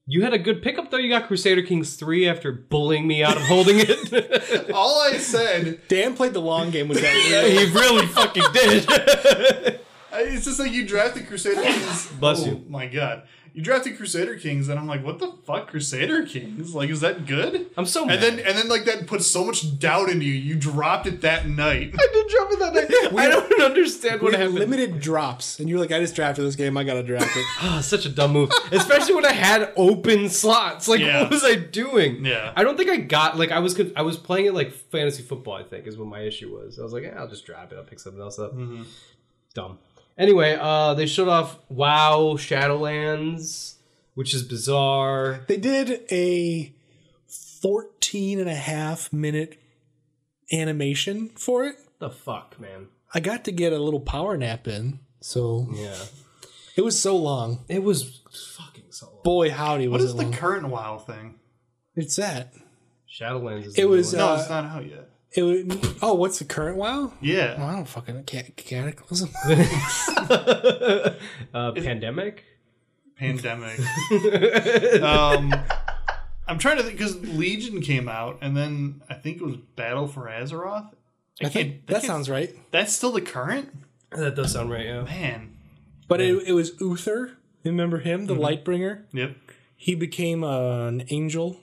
[SPEAKER 1] You had a good pickup though. You got Crusader Kings three after bullying me out of holding it.
[SPEAKER 3] All I said,
[SPEAKER 2] Dan played the long game with that.
[SPEAKER 1] he really fucking did.
[SPEAKER 3] I- it's just like you drafted Crusader Kings.
[SPEAKER 1] Bless
[SPEAKER 3] oh,
[SPEAKER 1] you.
[SPEAKER 3] My God, you drafted Crusader Kings, and I'm like, what the fuck, Crusader Kings? Like, is that good?
[SPEAKER 1] I'm so mad.
[SPEAKER 3] and then and then like that put so much doubt into you. You dropped it that night.
[SPEAKER 1] I did drop it that night. I don't understand
[SPEAKER 2] We
[SPEAKER 1] what
[SPEAKER 2] had
[SPEAKER 1] happened.
[SPEAKER 2] limited drops, and you were like, "I just drafted this game. I gotta draft it."
[SPEAKER 1] Ah, such a dumb move, especially when I had open slots. Like,
[SPEAKER 3] Yeah.
[SPEAKER 1] what was I doing?
[SPEAKER 3] Yeah.
[SPEAKER 1] I don't think I got like I was. con- I was playing it like fantasy football. I think is what my issue was. I was like, eh, I'll just drop it. I'll pick something else up. Dumb. Anyway, uh, they showed off WoW Shadowlands, which is bizarre.
[SPEAKER 2] They did a 14 and a half minute animation for it.
[SPEAKER 1] the fuck, man?
[SPEAKER 2] I got to get a little power nap in, so
[SPEAKER 1] Yeah,
[SPEAKER 2] it was so long.
[SPEAKER 1] it was fucking so. Long.
[SPEAKER 2] Boy, howdy
[SPEAKER 3] What
[SPEAKER 2] was
[SPEAKER 3] is
[SPEAKER 2] it
[SPEAKER 3] the
[SPEAKER 2] long.
[SPEAKER 3] current WoW thing?
[SPEAKER 2] it's that.
[SPEAKER 1] Shadowlands. Is
[SPEAKER 2] It
[SPEAKER 1] the new
[SPEAKER 2] was,
[SPEAKER 1] one.
[SPEAKER 2] uh,
[SPEAKER 3] No, it's not out yet.
[SPEAKER 2] It would, oh, what's the current WoW?
[SPEAKER 3] Yeah,
[SPEAKER 2] Well, I don't fucking cat cataclysm.
[SPEAKER 1] uh, pandemic.
[SPEAKER 3] pandemic. um, I'm trying to think because Legion came out, and then I think it was Battle for Azeroth. I
[SPEAKER 2] I think
[SPEAKER 3] can't- I
[SPEAKER 2] that
[SPEAKER 3] can't-
[SPEAKER 2] sounds right.
[SPEAKER 3] That's still the current
[SPEAKER 1] That does sound right. Yeah.
[SPEAKER 3] man.
[SPEAKER 2] But it, it was Uther. Remember
[SPEAKER 3] Mm-hmm.
[SPEAKER 2] him, the Lightbringer?
[SPEAKER 3] Yep.
[SPEAKER 2] He became uh, an angel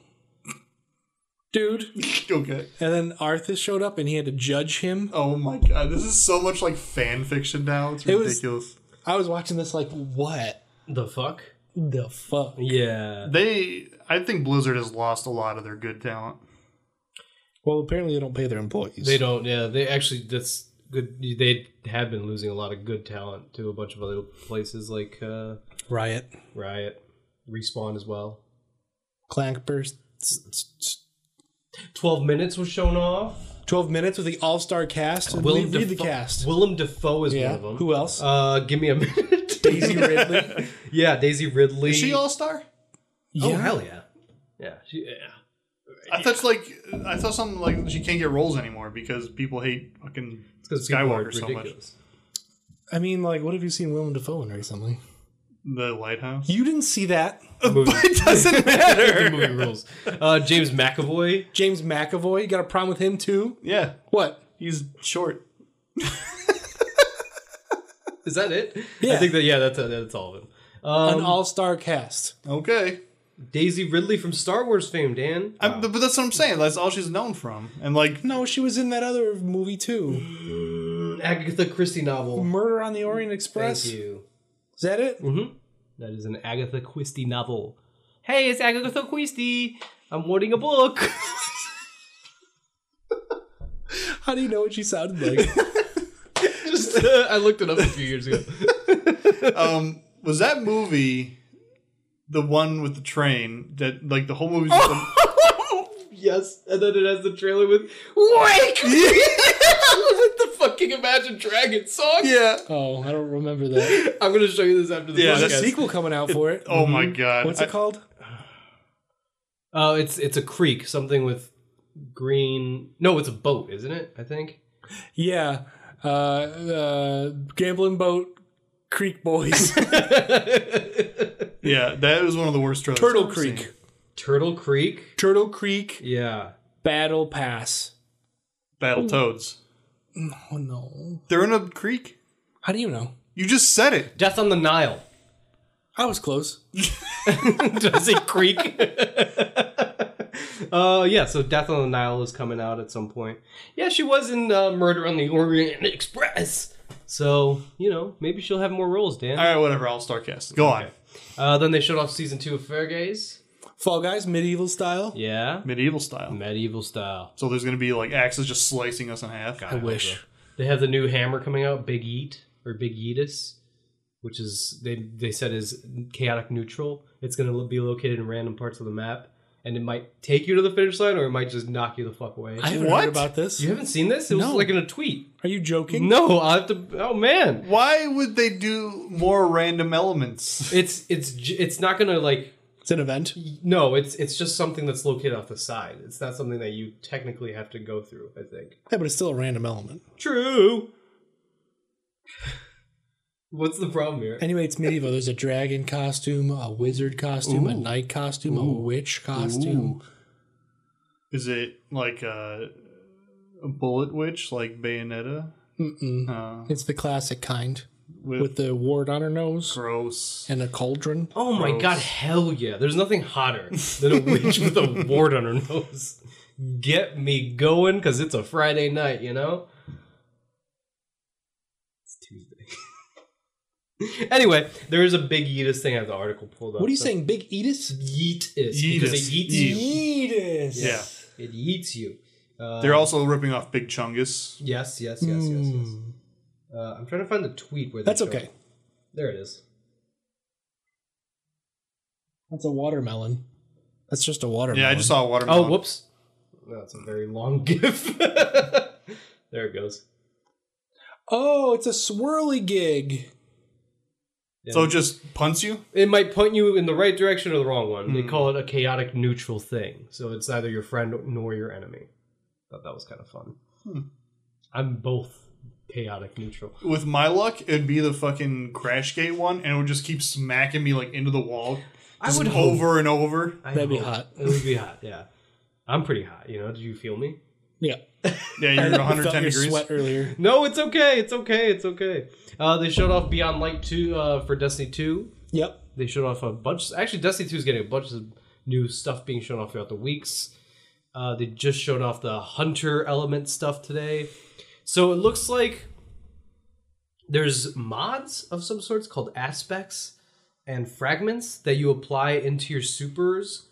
[SPEAKER 2] dude,
[SPEAKER 3] Okay.
[SPEAKER 2] and then Arthas showed up, and he had to judge him.
[SPEAKER 3] Oh my god, this is so much like fan fiction now. It's
[SPEAKER 2] It was-
[SPEAKER 3] ridiculous.
[SPEAKER 2] I was watching this like, what
[SPEAKER 1] The fuck.
[SPEAKER 2] the fuck?
[SPEAKER 1] Yeah.
[SPEAKER 3] They, I think Blizzard has lost a lot of their good talent.
[SPEAKER 2] Well, apparently they don't pay their employees.
[SPEAKER 1] They don't. Yeah, they actually. That's good. They have been losing a lot of good talent to a bunch of other places like uh,
[SPEAKER 2] Riot,
[SPEAKER 1] Riot, Respawn as well.
[SPEAKER 2] Clankburst.
[SPEAKER 1] Twelve minutes was shown off.
[SPEAKER 2] Twelve minutes with the all-star cast. Read- read the
[SPEAKER 1] Dafoe-
[SPEAKER 2] cast.
[SPEAKER 1] Willem Dafoe is
[SPEAKER 2] yeah.
[SPEAKER 1] one of them.
[SPEAKER 2] Who else?
[SPEAKER 1] Uh, give me a minute.
[SPEAKER 2] Daisy Ridley.
[SPEAKER 1] yeah, Daisy Ridley.
[SPEAKER 3] Is she all star?
[SPEAKER 2] yeah.
[SPEAKER 1] oh hell yeah, yeah. She, yeah.
[SPEAKER 3] I thought it's like I thought something like she can't get roles anymore because people hate fucking
[SPEAKER 1] It's 'cause people are
[SPEAKER 3] Skywalker so much.
[SPEAKER 1] ridiculous.
[SPEAKER 2] I mean, like, what have you seen Willem Dafoe in recently?
[SPEAKER 3] the lighthouse.
[SPEAKER 2] You didn't see that.
[SPEAKER 1] Movie,
[SPEAKER 3] It
[SPEAKER 1] the
[SPEAKER 3] doesn't matter.
[SPEAKER 1] movie rules. Uh, James McAvoy.
[SPEAKER 2] James McAvoy. You got a problem with him too?
[SPEAKER 3] yeah,
[SPEAKER 2] What?
[SPEAKER 3] he's short.
[SPEAKER 1] Is that it? I
[SPEAKER 2] Yeah.
[SPEAKER 1] think that yeah, that's that's all of them.
[SPEAKER 2] An all-star cast.
[SPEAKER 3] Okay,
[SPEAKER 1] Daisy Ridley from Star Wars fame, Dan.
[SPEAKER 3] I'm, but that's what I'm saying. That's all she's known from. And like,
[SPEAKER 2] No, she was in that other movie too.
[SPEAKER 1] Agatha Christie
[SPEAKER 3] Mm,
[SPEAKER 1] novel.
[SPEAKER 2] Murder on the Orient Express.
[SPEAKER 1] Thank you.
[SPEAKER 2] Is that it?
[SPEAKER 1] That is an Agatha Christie novel. Hey, it's Agatha Christie. I'm writing a book.
[SPEAKER 2] How do you know what she sounded like?
[SPEAKER 1] Just uh, I looked it up a few years ago.
[SPEAKER 3] um, was that movie the one with the train that like the whole movie?
[SPEAKER 2] Oh!
[SPEAKER 1] yes, and then it has the trailer with "Wake." the fucking Imagine Dragons song.
[SPEAKER 3] yeah.
[SPEAKER 2] oh, I don't remember that.
[SPEAKER 1] I'm gonna show you this after the
[SPEAKER 3] Yeah,
[SPEAKER 2] There's a
[SPEAKER 3] that's-
[SPEAKER 1] podcast.
[SPEAKER 2] sequel coming out for it.
[SPEAKER 3] Oh my god.
[SPEAKER 2] Mm-hmm. What's
[SPEAKER 3] I-
[SPEAKER 2] it called?
[SPEAKER 1] Oh, it's it's a creek, something with green. No, it's a boat, isn't it? I think.
[SPEAKER 2] Yeah. Uh, uh, gambling boat, Creek Boys,
[SPEAKER 3] Yeah, that was one of the worst trailers.
[SPEAKER 2] Turtle
[SPEAKER 3] I've seen.
[SPEAKER 2] Creek,
[SPEAKER 1] Turtle Creek.
[SPEAKER 2] Turtle Creek,
[SPEAKER 1] Yeah.
[SPEAKER 2] Battle Pass.
[SPEAKER 3] Battle Toads.
[SPEAKER 2] Oh no!
[SPEAKER 3] They're in a creek.
[SPEAKER 2] How do you know?
[SPEAKER 3] You just said it.
[SPEAKER 1] Death on the Nile.
[SPEAKER 2] I was close.
[SPEAKER 1] Did I say creek? uh, yeah, so Death on the Nile is coming out at some point. Yeah, she was in uh, Murder on the Orient Express. So, you know, maybe she'll have more roles, Dan.
[SPEAKER 3] All right, whatever. I'll start casting. Go on.
[SPEAKER 1] Uh, then they showed off season two of Fairgaze.
[SPEAKER 2] Fall Guys, medieval style.
[SPEAKER 1] Yeah.
[SPEAKER 3] Medieval style.
[SPEAKER 1] Medieval style.
[SPEAKER 3] So there's gonna be like axes just slicing us in half.
[SPEAKER 2] I wish.
[SPEAKER 1] They have the new hammer coming out, Big Eat or Big Yeetus, which is they they said is chaotic neutral. It's going to be located in random parts of the map, and it might take you to the finish line, or it might just knock you the fuck away.
[SPEAKER 2] I haven't
[SPEAKER 3] What?
[SPEAKER 2] heard about this.
[SPEAKER 1] you haven't seen this? It was
[SPEAKER 2] No.
[SPEAKER 1] like in a tweet.
[SPEAKER 2] Are you joking?
[SPEAKER 1] No, I have to. Oh man,
[SPEAKER 3] Why would they do more random elements?
[SPEAKER 1] it's it's j- it's not gonna like
[SPEAKER 2] It's an event.
[SPEAKER 1] No, it's it's just something that's located off the side. It's not something that you technically have to go through. I think.
[SPEAKER 2] Yeah, but it's still a random element.
[SPEAKER 1] True. What's the problem here?
[SPEAKER 2] Anyway, it's medieval. There's a dragon costume, a wizard costume, a knight costume, a witch costume.
[SPEAKER 3] Is it like a, a bullet witch, like Bayonetta?
[SPEAKER 2] Mm-mm.
[SPEAKER 3] Uh,
[SPEAKER 2] It's the classic kind
[SPEAKER 3] with,
[SPEAKER 2] with the ward on her nose
[SPEAKER 3] gross.
[SPEAKER 2] and a cauldron.
[SPEAKER 1] Oh my
[SPEAKER 3] Gross.
[SPEAKER 1] god, hell yeah. There's nothing hotter than a witch with a wart on her nose. Get me going because it's a Friday night, you know? It's Tuesday. anyway, there is a big Yeetus thing. I have the article pulled up.
[SPEAKER 2] What are you
[SPEAKER 1] so-
[SPEAKER 2] saying, Big Edis?
[SPEAKER 1] Yeet is. Because it
[SPEAKER 3] Yeetus.
[SPEAKER 1] yeets you.
[SPEAKER 2] Edis.
[SPEAKER 3] Yeah.
[SPEAKER 1] It yeets you. Uh,
[SPEAKER 3] They're also ripping off Big Chungus.
[SPEAKER 1] Yes, yes, yes, yes, yes. Uh, I'm trying to find the tweet where they
[SPEAKER 2] Hmm. That's
[SPEAKER 1] show
[SPEAKER 2] okay.
[SPEAKER 1] it. There it is.
[SPEAKER 2] That's a watermelon. That's just a watermelon.
[SPEAKER 3] Yeah, I just saw a
[SPEAKER 1] Oh,
[SPEAKER 3] watermelon.
[SPEAKER 1] whoops. That's a very long GIF. there it goes.
[SPEAKER 2] Oh, it's a swirly gig.
[SPEAKER 3] So it just punts you?
[SPEAKER 1] it might point you in the right direction or the wrong one.
[SPEAKER 2] Hmm.
[SPEAKER 1] They call it a chaotic neutral thing. So it's neither your friend nor your enemy. Thought that was kind of fun.
[SPEAKER 2] Hmm.
[SPEAKER 1] I'm both chaotic neutral.
[SPEAKER 3] With my luck, it'd be the fucking Crash Gate one, and it would just keep smacking me like into the wall.
[SPEAKER 1] I
[SPEAKER 3] Just
[SPEAKER 1] would hope.
[SPEAKER 3] over and over.
[SPEAKER 1] I
[SPEAKER 2] That'd be
[SPEAKER 1] hope.
[SPEAKER 2] hot.
[SPEAKER 1] It would be hot. Yeah, I'm pretty hot. You know? Did you feel me?
[SPEAKER 2] Yeah.
[SPEAKER 3] Yeah, you're
[SPEAKER 2] Felt
[SPEAKER 3] 110
[SPEAKER 2] your
[SPEAKER 3] degrees.
[SPEAKER 2] sweat earlier.
[SPEAKER 1] No, it's okay. It's okay. It's okay. Uh, they showed off Beyond Light two uh, for Destiny two.
[SPEAKER 2] Yep.
[SPEAKER 1] They showed off a bunch. Actually, Destiny two is getting a bunch of new stuff being shown off throughout the weeks. Uh, they just showed off the hunter element stuff today. So it looks like there's mods of some sorts called aspects and fragments that you apply into your supers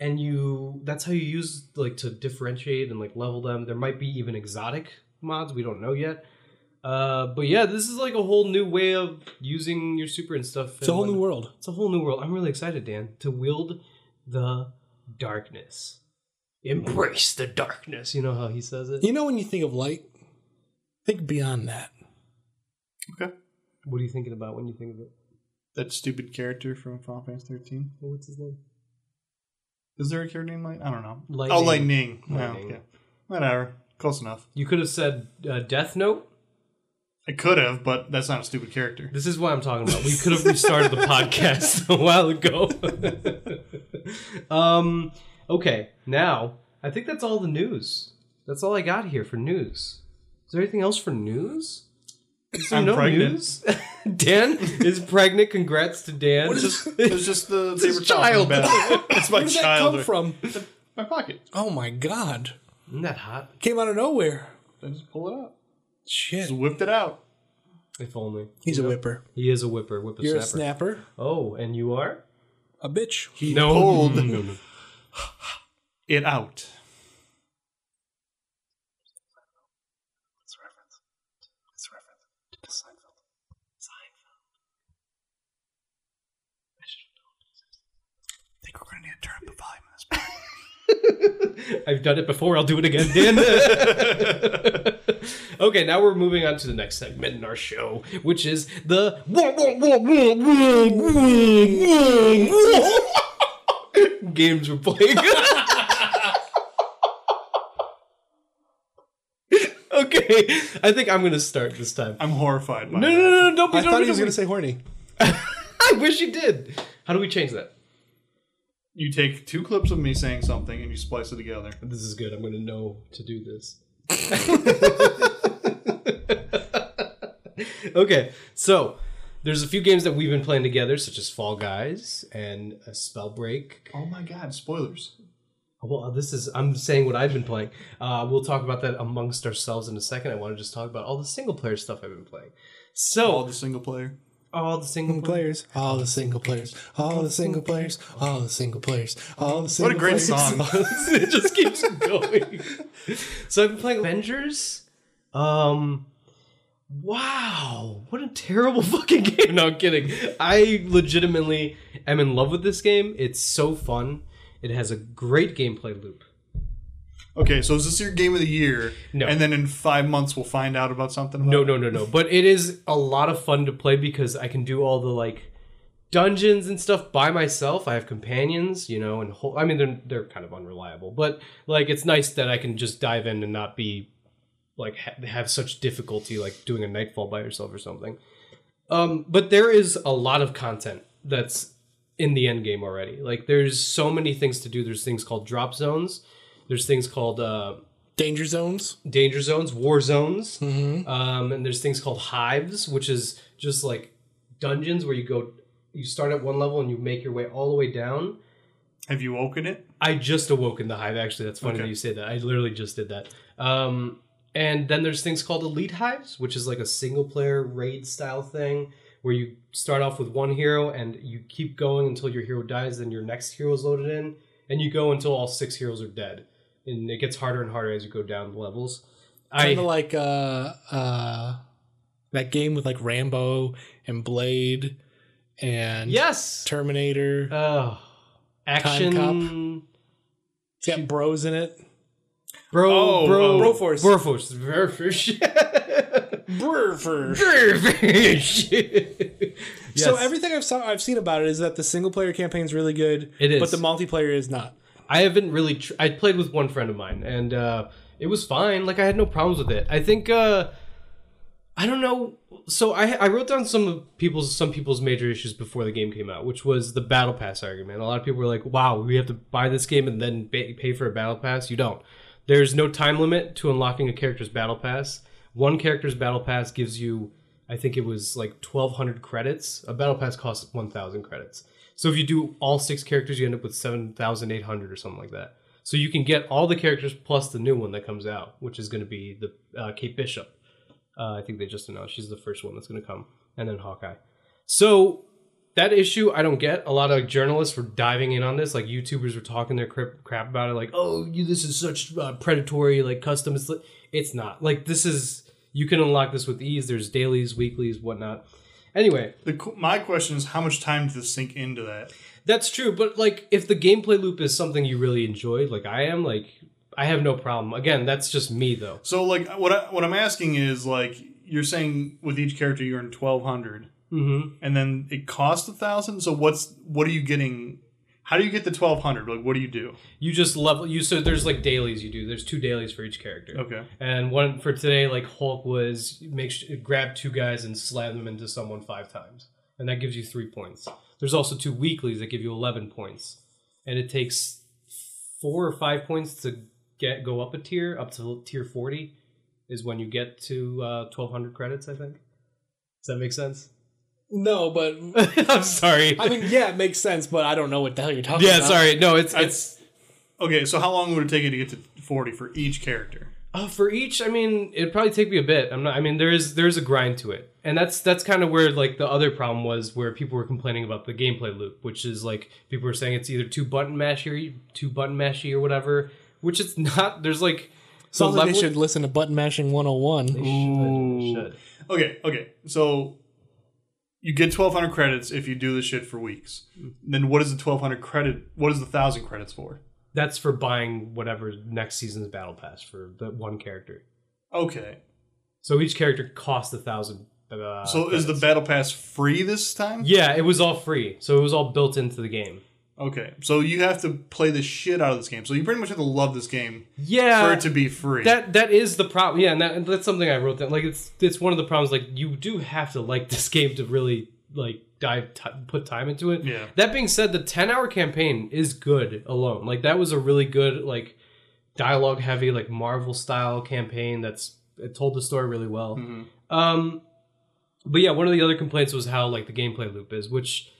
[SPEAKER 1] and you that's how you use like to differentiate and like level them. There might be even exotic mods, we don't know yet. Uh, but yeah, this is like a whole new way of using your super and stuff.
[SPEAKER 2] It's a
[SPEAKER 1] and
[SPEAKER 2] whole new
[SPEAKER 1] whatnot.
[SPEAKER 2] world.
[SPEAKER 1] It's a whole new world. I'm really excited, Dan, to wield the darkness. Embrace the darkness. You know how he says it?
[SPEAKER 2] You know when you think of light, think beyond that.
[SPEAKER 3] Okay.
[SPEAKER 1] What are you thinking about when you think of it?
[SPEAKER 3] That stupid character from Final Fantasy 13.
[SPEAKER 1] What's his name?
[SPEAKER 3] Is there a character named Light? I don't know.
[SPEAKER 1] Lightning.
[SPEAKER 3] Oh, Lightning. Yeah,
[SPEAKER 1] Lightning.
[SPEAKER 3] okay. Whatever. Close enough.
[SPEAKER 1] You could have said uh, Death Note.
[SPEAKER 3] I could have, but that's not a stupid character.
[SPEAKER 1] This is what I'm talking about. We could have restarted the podcast a while ago. um, okay, now I think that's all the news. That's all I got here for news. Is there anything else for news? Is there
[SPEAKER 3] I'm pregnant.
[SPEAKER 1] news? Dan is pregnant. Congrats to Dan.
[SPEAKER 3] It was just the favorite
[SPEAKER 2] child.
[SPEAKER 3] it's my
[SPEAKER 2] Where did that
[SPEAKER 3] child.
[SPEAKER 2] come from?
[SPEAKER 3] My pocket.
[SPEAKER 2] Oh my god.
[SPEAKER 1] Isn't that hot?
[SPEAKER 2] Came out of nowhere.
[SPEAKER 3] I just pull it out.
[SPEAKER 2] Shit.
[SPEAKER 3] Just whipped it out.
[SPEAKER 1] If only.
[SPEAKER 2] He's a whipper.
[SPEAKER 1] He is a whipper, whipper
[SPEAKER 2] You're
[SPEAKER 1] snapper.
[SPEAKER 2] a snapper.
[SPEAKER 1] oh, and you are?
[SPEAKER 2] A bitch.
[SPEAKER 3] He
[SPEAKER 1] No.
[SPEAKER 3] pulled
[SPEAKER 1] No, no, no.
[SPEAKER 3] it out.
[SPEAKER 1] I've done it before. I'll do it again, Dan. okay, now we're moving on to the next segment in our show, which is the. Games we're playing. okay, I think I'm gonna start this time.
[SPEAKER 3] I'm horrified by
[SPEAKER 1] No, no,
[SPEAKER 3] that.
[SPEAKER 1] no, no, don't be.
[SPEAKER 2] I
[SPEAKER 1] don't
[SPEAKER 2] thought
[SPEAKER 1] be-
[SPEAKER 2] he was
[SPEAKER 1] don't
[SPEAKER 2] going
[SPEAKER 1] be-
[SPEAKER 2] to say horny.
[SPEAKER 1] I wish you did. How do we change that?
[SPEAKER 3] You take two clips of me saying something and you splice it together.
[SPEAKER 1] This is good. I'm going to know to do this. okay, so there's a few games that we've been playing together, such as Fall Guys and uh, a Spellbreak.
[SPEAKER 3] Oh my god, spoilers.
[SPEAKER 1] Uh, Well, this is I'm saying what I've been playing. Uh, we'll talk about that amongst ourselves in a second. I want to just talk about all the single player stuff I've been playing.
[SPEAKER 3] All
[SPEAKER 1] So
[SPEAKER 3] the single player.
[SPEAKER 1] all the single
[SPEAKER 2] Single
[SPEAKER 1] player.
[SPEAKER 2] players. All the single players. All the single players. All the single players. All the
[SPEAKER 3] What
[SPEAKER 2] single
[SPEAKER 3] a great
[SPEAKER 2] players.
[SPEAKER 3] song.
[SPEAKER 1] it just keeps going. so I've been playing Avengers. Um, wow, what a terrible fucking game. No, I'm kidding. I legitimately am in love with this game. It's so fun. It has a great gameplay loop.
[SPEAKER 3] Okay, so is this your game of the year?
[SPEAKER 1] No.
[SPEAKER 3] And then in five months we'll find out about something. About
[SPEAKER 1] No,
[SPEAKER 3] it?
[SPEAKER 1] no, no, no. But it is a lot of fun to play because I can do all the like dungeons and stuff by myself. I have companions, you know, and whole, I mean they're they're kind of unreliable, but like it's nice that I can just dive in and not be like ha- have such difficulty like doing a nightfall by yourself or something. Um, but there is a lot of content that's in the end game already. Like there's so many things to do. There's things called drop zones. There's things called uh,
[SPEAKER 2] Danger zones.
[SPEAKER 1] danger zones, war zones, um, and there's things called hives, which is just like dungeons where you go, you start at one level and you make your way all the way down.
[SPEAKER 3] Have you woken it?
[SPEAKER 1] I just awoke in the hive. Actually, that's funny
[SPEAKER 3] Okay.
[SPEAKER 1] that you say that. I literally just did that. Um, and then there's things called elite hives, which is like a single player raid style thing where you start off with one hero and you keep going until your hero dies, then your next hero is loaded in, and you go until all six heroes are dead. And it gets harder and harder as you go down the levels. I
[SPEAKER 2] Kind of like uh, uh, that game with like Rambo and Blade and
[SPEAKER 1] Yes.
[SPEAKER 2] Terminator.
[SPEAKER 1] Oh, action.
[SPEAKER 2] it's got bros in it.
[SPEAKER 1] Bro,
[SPEAKER 3] Oh,
[SPEAKER 1] bro,
[SPEAKER 3] oh.
[SPEAKER 2] Broforce.
[SPEAKER 1] Broforce. Broforce.
[SPEAKER 2] Brr.
[SPEAKER 1] Broforce.
[SPEAKER 2] So
[SPEAKER 1] Yes.
[SPEAKER 2] everything I've saw, I've seen about it is that the single player campaign is really good.
[SPEAKER 1] It is.
[SPEAKER 2] but the multiplayer is not.
[SPEAKER 1] I haven't really. Tr- I played with one friend of mine, and uh, it was fine. Like I had no problems with it. I think. Uh, I don't know. So I I wrote down some of people's some people's major issues before the game came out, which was the battle pass argument. A lot of people were like, "Wow, we have to buy this game and then ba- pay for a battle pass." You don't. There's no time limit to unlocking a character's battle pass. One character's battle pass gives you, I think it was like 1,200 credits. A battle pass costs 1,000 credits. So if you do all six characters, you end up with 7,800 or something like that. So you can get all the characters plus the new one that comes out, which is going to be the uh, Kate Bishop. Uh, I think they just announced she's the first one that's going to come, and then Hawkeye. So that issue I don't get. A lot of journalists were diving in on this, like YouTubers were talking their crap, crap about it, like, "Oh, you, this is such uh, predatory, like custom." It's, li- it's not like this is. You can unlock this with ease. There's dailies, weeklies, whatnot. Anyway,
[SPEAKER 3] The, qu- my question is, how much time does this sink into that?
[SPEAKER 1] that's true, but like if the gameplay loop is something you really enjoy, like I am, like I have no problem. Again, that's just me though.
[SPEAKER 3] So, like, what I, what I'm asking is, like, you're saying with each character you earn twelve hundred,
[SPEAKER 1] Mm-hmm.
[SPEAKER 3] and then it costs a thousand. So, what's what are you getting? How do you get the twelve hundred? Like, what do you do?
[SPEAKER 1] You just level you so there's like dailies you do. There's two dailies for each character.
[SPEAKER 3] Okay,
[SPEAKER 1] And one for today, like Hulk was make sure, grab two guys and slam them into someone five times, and that gives you three points. There's also two weeklies that give you eleven points, and it takes four or five points to get go up a tier. Up to tier forty is when you get to uh, twelve hundred credits. I think. Does that make sense?
[SPEAKER 2] No, but
[SPEAKER 1] I'm sorry.
[SPEAKER 2] I mean, yeah, it makes sense. But I don't know what the hell you're talking
[SPEAKER 1] yeah,
[SPEAKER 2] about.
[SPEAKER 1] sorry. No, it's it's
[SPEAKER 3] okay. So, how long would it take you to get to forty for each character?
[SPEAKER 1] Uh, for each, I mean, it'd probably take me a bit. I'm not. I mean, there is there is a grind to it, and that's that's kind of where like the other problem was, where people were complaining about the gameplay loop, which is like people were saying it's either too button mashy, too button mashy, or whatever, which it's not. There's like the
[SPEAKER 2] Sounds like they
[SPEAKER 1] level-
[SPEAKER 2] should listen to Button Mashing 101.
[SPEAKER 1] Should, should.
[SPEAKER 3] Okay, okay. So you get twelve hundred credits if you do this shit for weeks. Then what is the twelve hundred credit? What is the thousand credits for?
[SPEAKER 1] That's for buying whatever next season's battle pass for the one character.
[SPEAKER 3] Okay.
[SPEAKER 1] So each character costs a thousand. Uh,
[SPEAKER 3] So is the battle pass free this time?
[SPEAKER 1] yeah, it was all free, so it was all built into the game.
[SPEAKER 3] Okay. So you have to play the shit out of this game. So you pretty much have to love this game
[SPEAKER 1] Yeah,
[SPEAKER 3] for it to be free.
[SPEAKER 1] That that is the problem. Yeah, and that, that's something I wrote down. Like it's it's one of the problems. Like you do have to like this game to really like dive t- put time into it.
[SPEAKER 3] Yeah.
[SPEAKER 1] That being said, the ten hour campaign is good alone. Like that was a really good like dialogue heavy like Marvel style campaign. That's it told the story really well. Um, but yeah, one of the other complaints was how like the gameplay loop is, which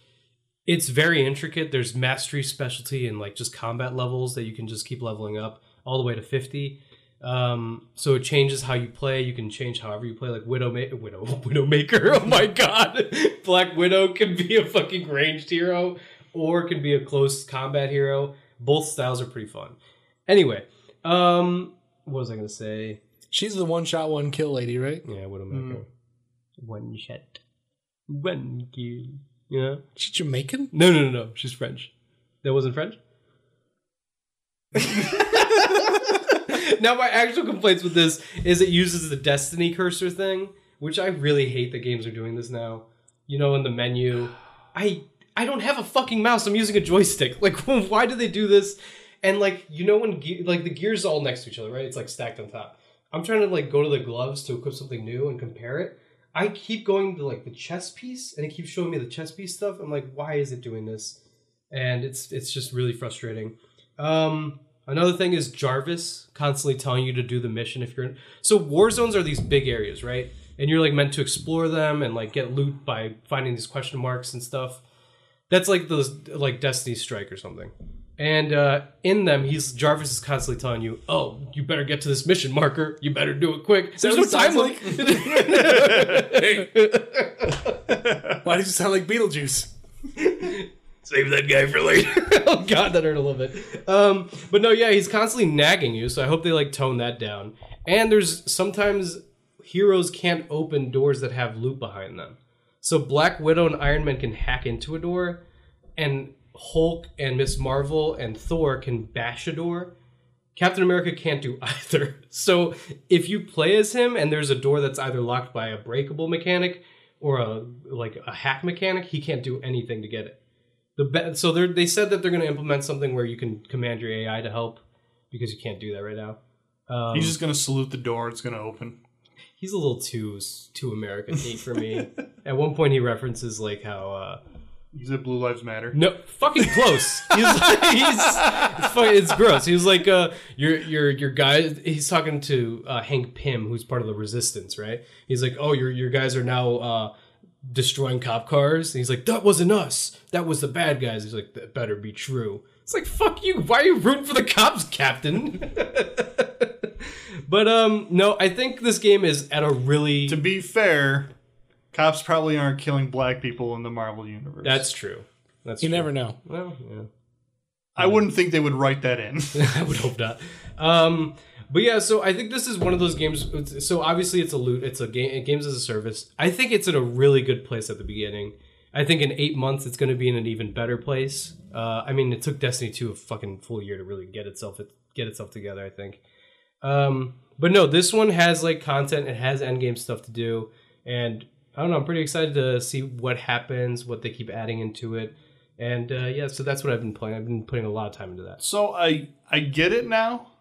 [SPEAKER 1] it's very intricate. There's mastery, specialty, and like just combat levels that you can just keep leveling up all the way to fifty. Um, so it changes how you play. You can change however you play. Like Widow, Widow, Widowmaker. Oh my god, Black Widow can be a fucking ranged hero or can be a close combat hero. Both styles are pretty fun. Anyway, um, what was I gonna say?
[SPEAKER 2] She's the one shot, one kill lady, right?
[SPEAKER 1] Yeah, Widowmaker. One shot, one kill. Yeah.
[SPEAKER 2] She Jamaican?
[SPEAKER 1] No, no, no, no. She's French. That wasn't French. now my actual complaints with this is it uses the destiny cursor thing, which I really hate that games are doing this now. You know, in the menu, I I don't have a fucking mouse. I'm using a joystick. Like, why do they do this? And like, you know, when ge- like the gears are all next to each other, right? It's like stacked on top. I'm trying to like go to the gloves to equip something new and compare it. I keep going to like the chess piece, and it keeps showing me the chess piece stuff. I'm like, why is it doing this? And it's it's just really frustrating. Um, another thing is Jarvis constantly telling you to do the mission if you're in. So war zones are these big areas, right? And you're like meant to explore them and like get loot by finding these question marks and stuff. That's like those like Destiny Strike or something. And uh, in them, he's Jarvis is constantly telling you, "Oh, you better get to this mission marker. You better do it quick." There's no
[SPEAKER 2] what it
[SPEAKER 1] time
[SPEAKER 2] sounds
[SPEAKER 1] limit.
[SPEAKER 2] Why does it sound like Beetlejuice?
[SPEAKER 1] Save that guy for later. oh god, that hurt a little bit. Um, but no, yeah, he's constantly nagging you, so I hope they like tone that down. And there's sometimes heroes can't open doors that have loot behind them. So Black Widow and Iron Man can hack into a door, and Hulk and Miss Marvel and Thor can bash a door. Captain America can't do either. So if you play as him and there's a door that's either locked by a breakable mechanic or a like a hack mechanic, he can't do anything to get it. The be- so they they said that they're going to implement something where you can command your AI to help because you can't do that right now. Um,
[SPEAKER 3] He's just gonna salute the door. It's gonna open.
[SPEAKER 1] he's a little too too American for me. At one point, he references like how. Uh,
[SPEAKER 3] He's at Blue Lives Matter.
[SPEAKER 1] No, fucking close. He's, he's fucking, it's gross. He was like, uh, your your your guy. He's talking to uh, Hank Pym, who's part of the resistance, right? He's like, oh, your your guys are now uh, destroying cop cars. And he's like, that wasn't us. That was the bad guys. He's like, that better be true. It's like, fuck you. Why are you rooting for the cops, Captain? but um, no, I think this game is at a really
[SPEAKER 3] To be fair, cops probably aren't killing black people in the Marvel universe.
[SPEAKER 1] that's true. That's
[SPEAKER 2] You
[SPEAKER 1] true.
[SPEAKER 2] never know.
[SPEAKER 1] Well, yeah.
[SPEAKER 3] I wouldn't think they would write that in.
[SPEAKER 1] I would hope not. Um, but yeah, so I think this is one of those games. So obviously, it's a loot. It's a game. games as a service. I think it's in a really good place at the beginning. I think in eight months, it's going to be in an even better place. Uh, I mean, it took Destiny two a fucking full year to really get itself get itself together. I think. Um, but no, this one has like content. It has end game stuff to do, and I don't know. I'm pretty excited to see what happens, what they keep adding into it, and uh, yeah. So that's what I've been playing. I've been putting a lot of time into that.
[SPEAKER 3] so I I get it now.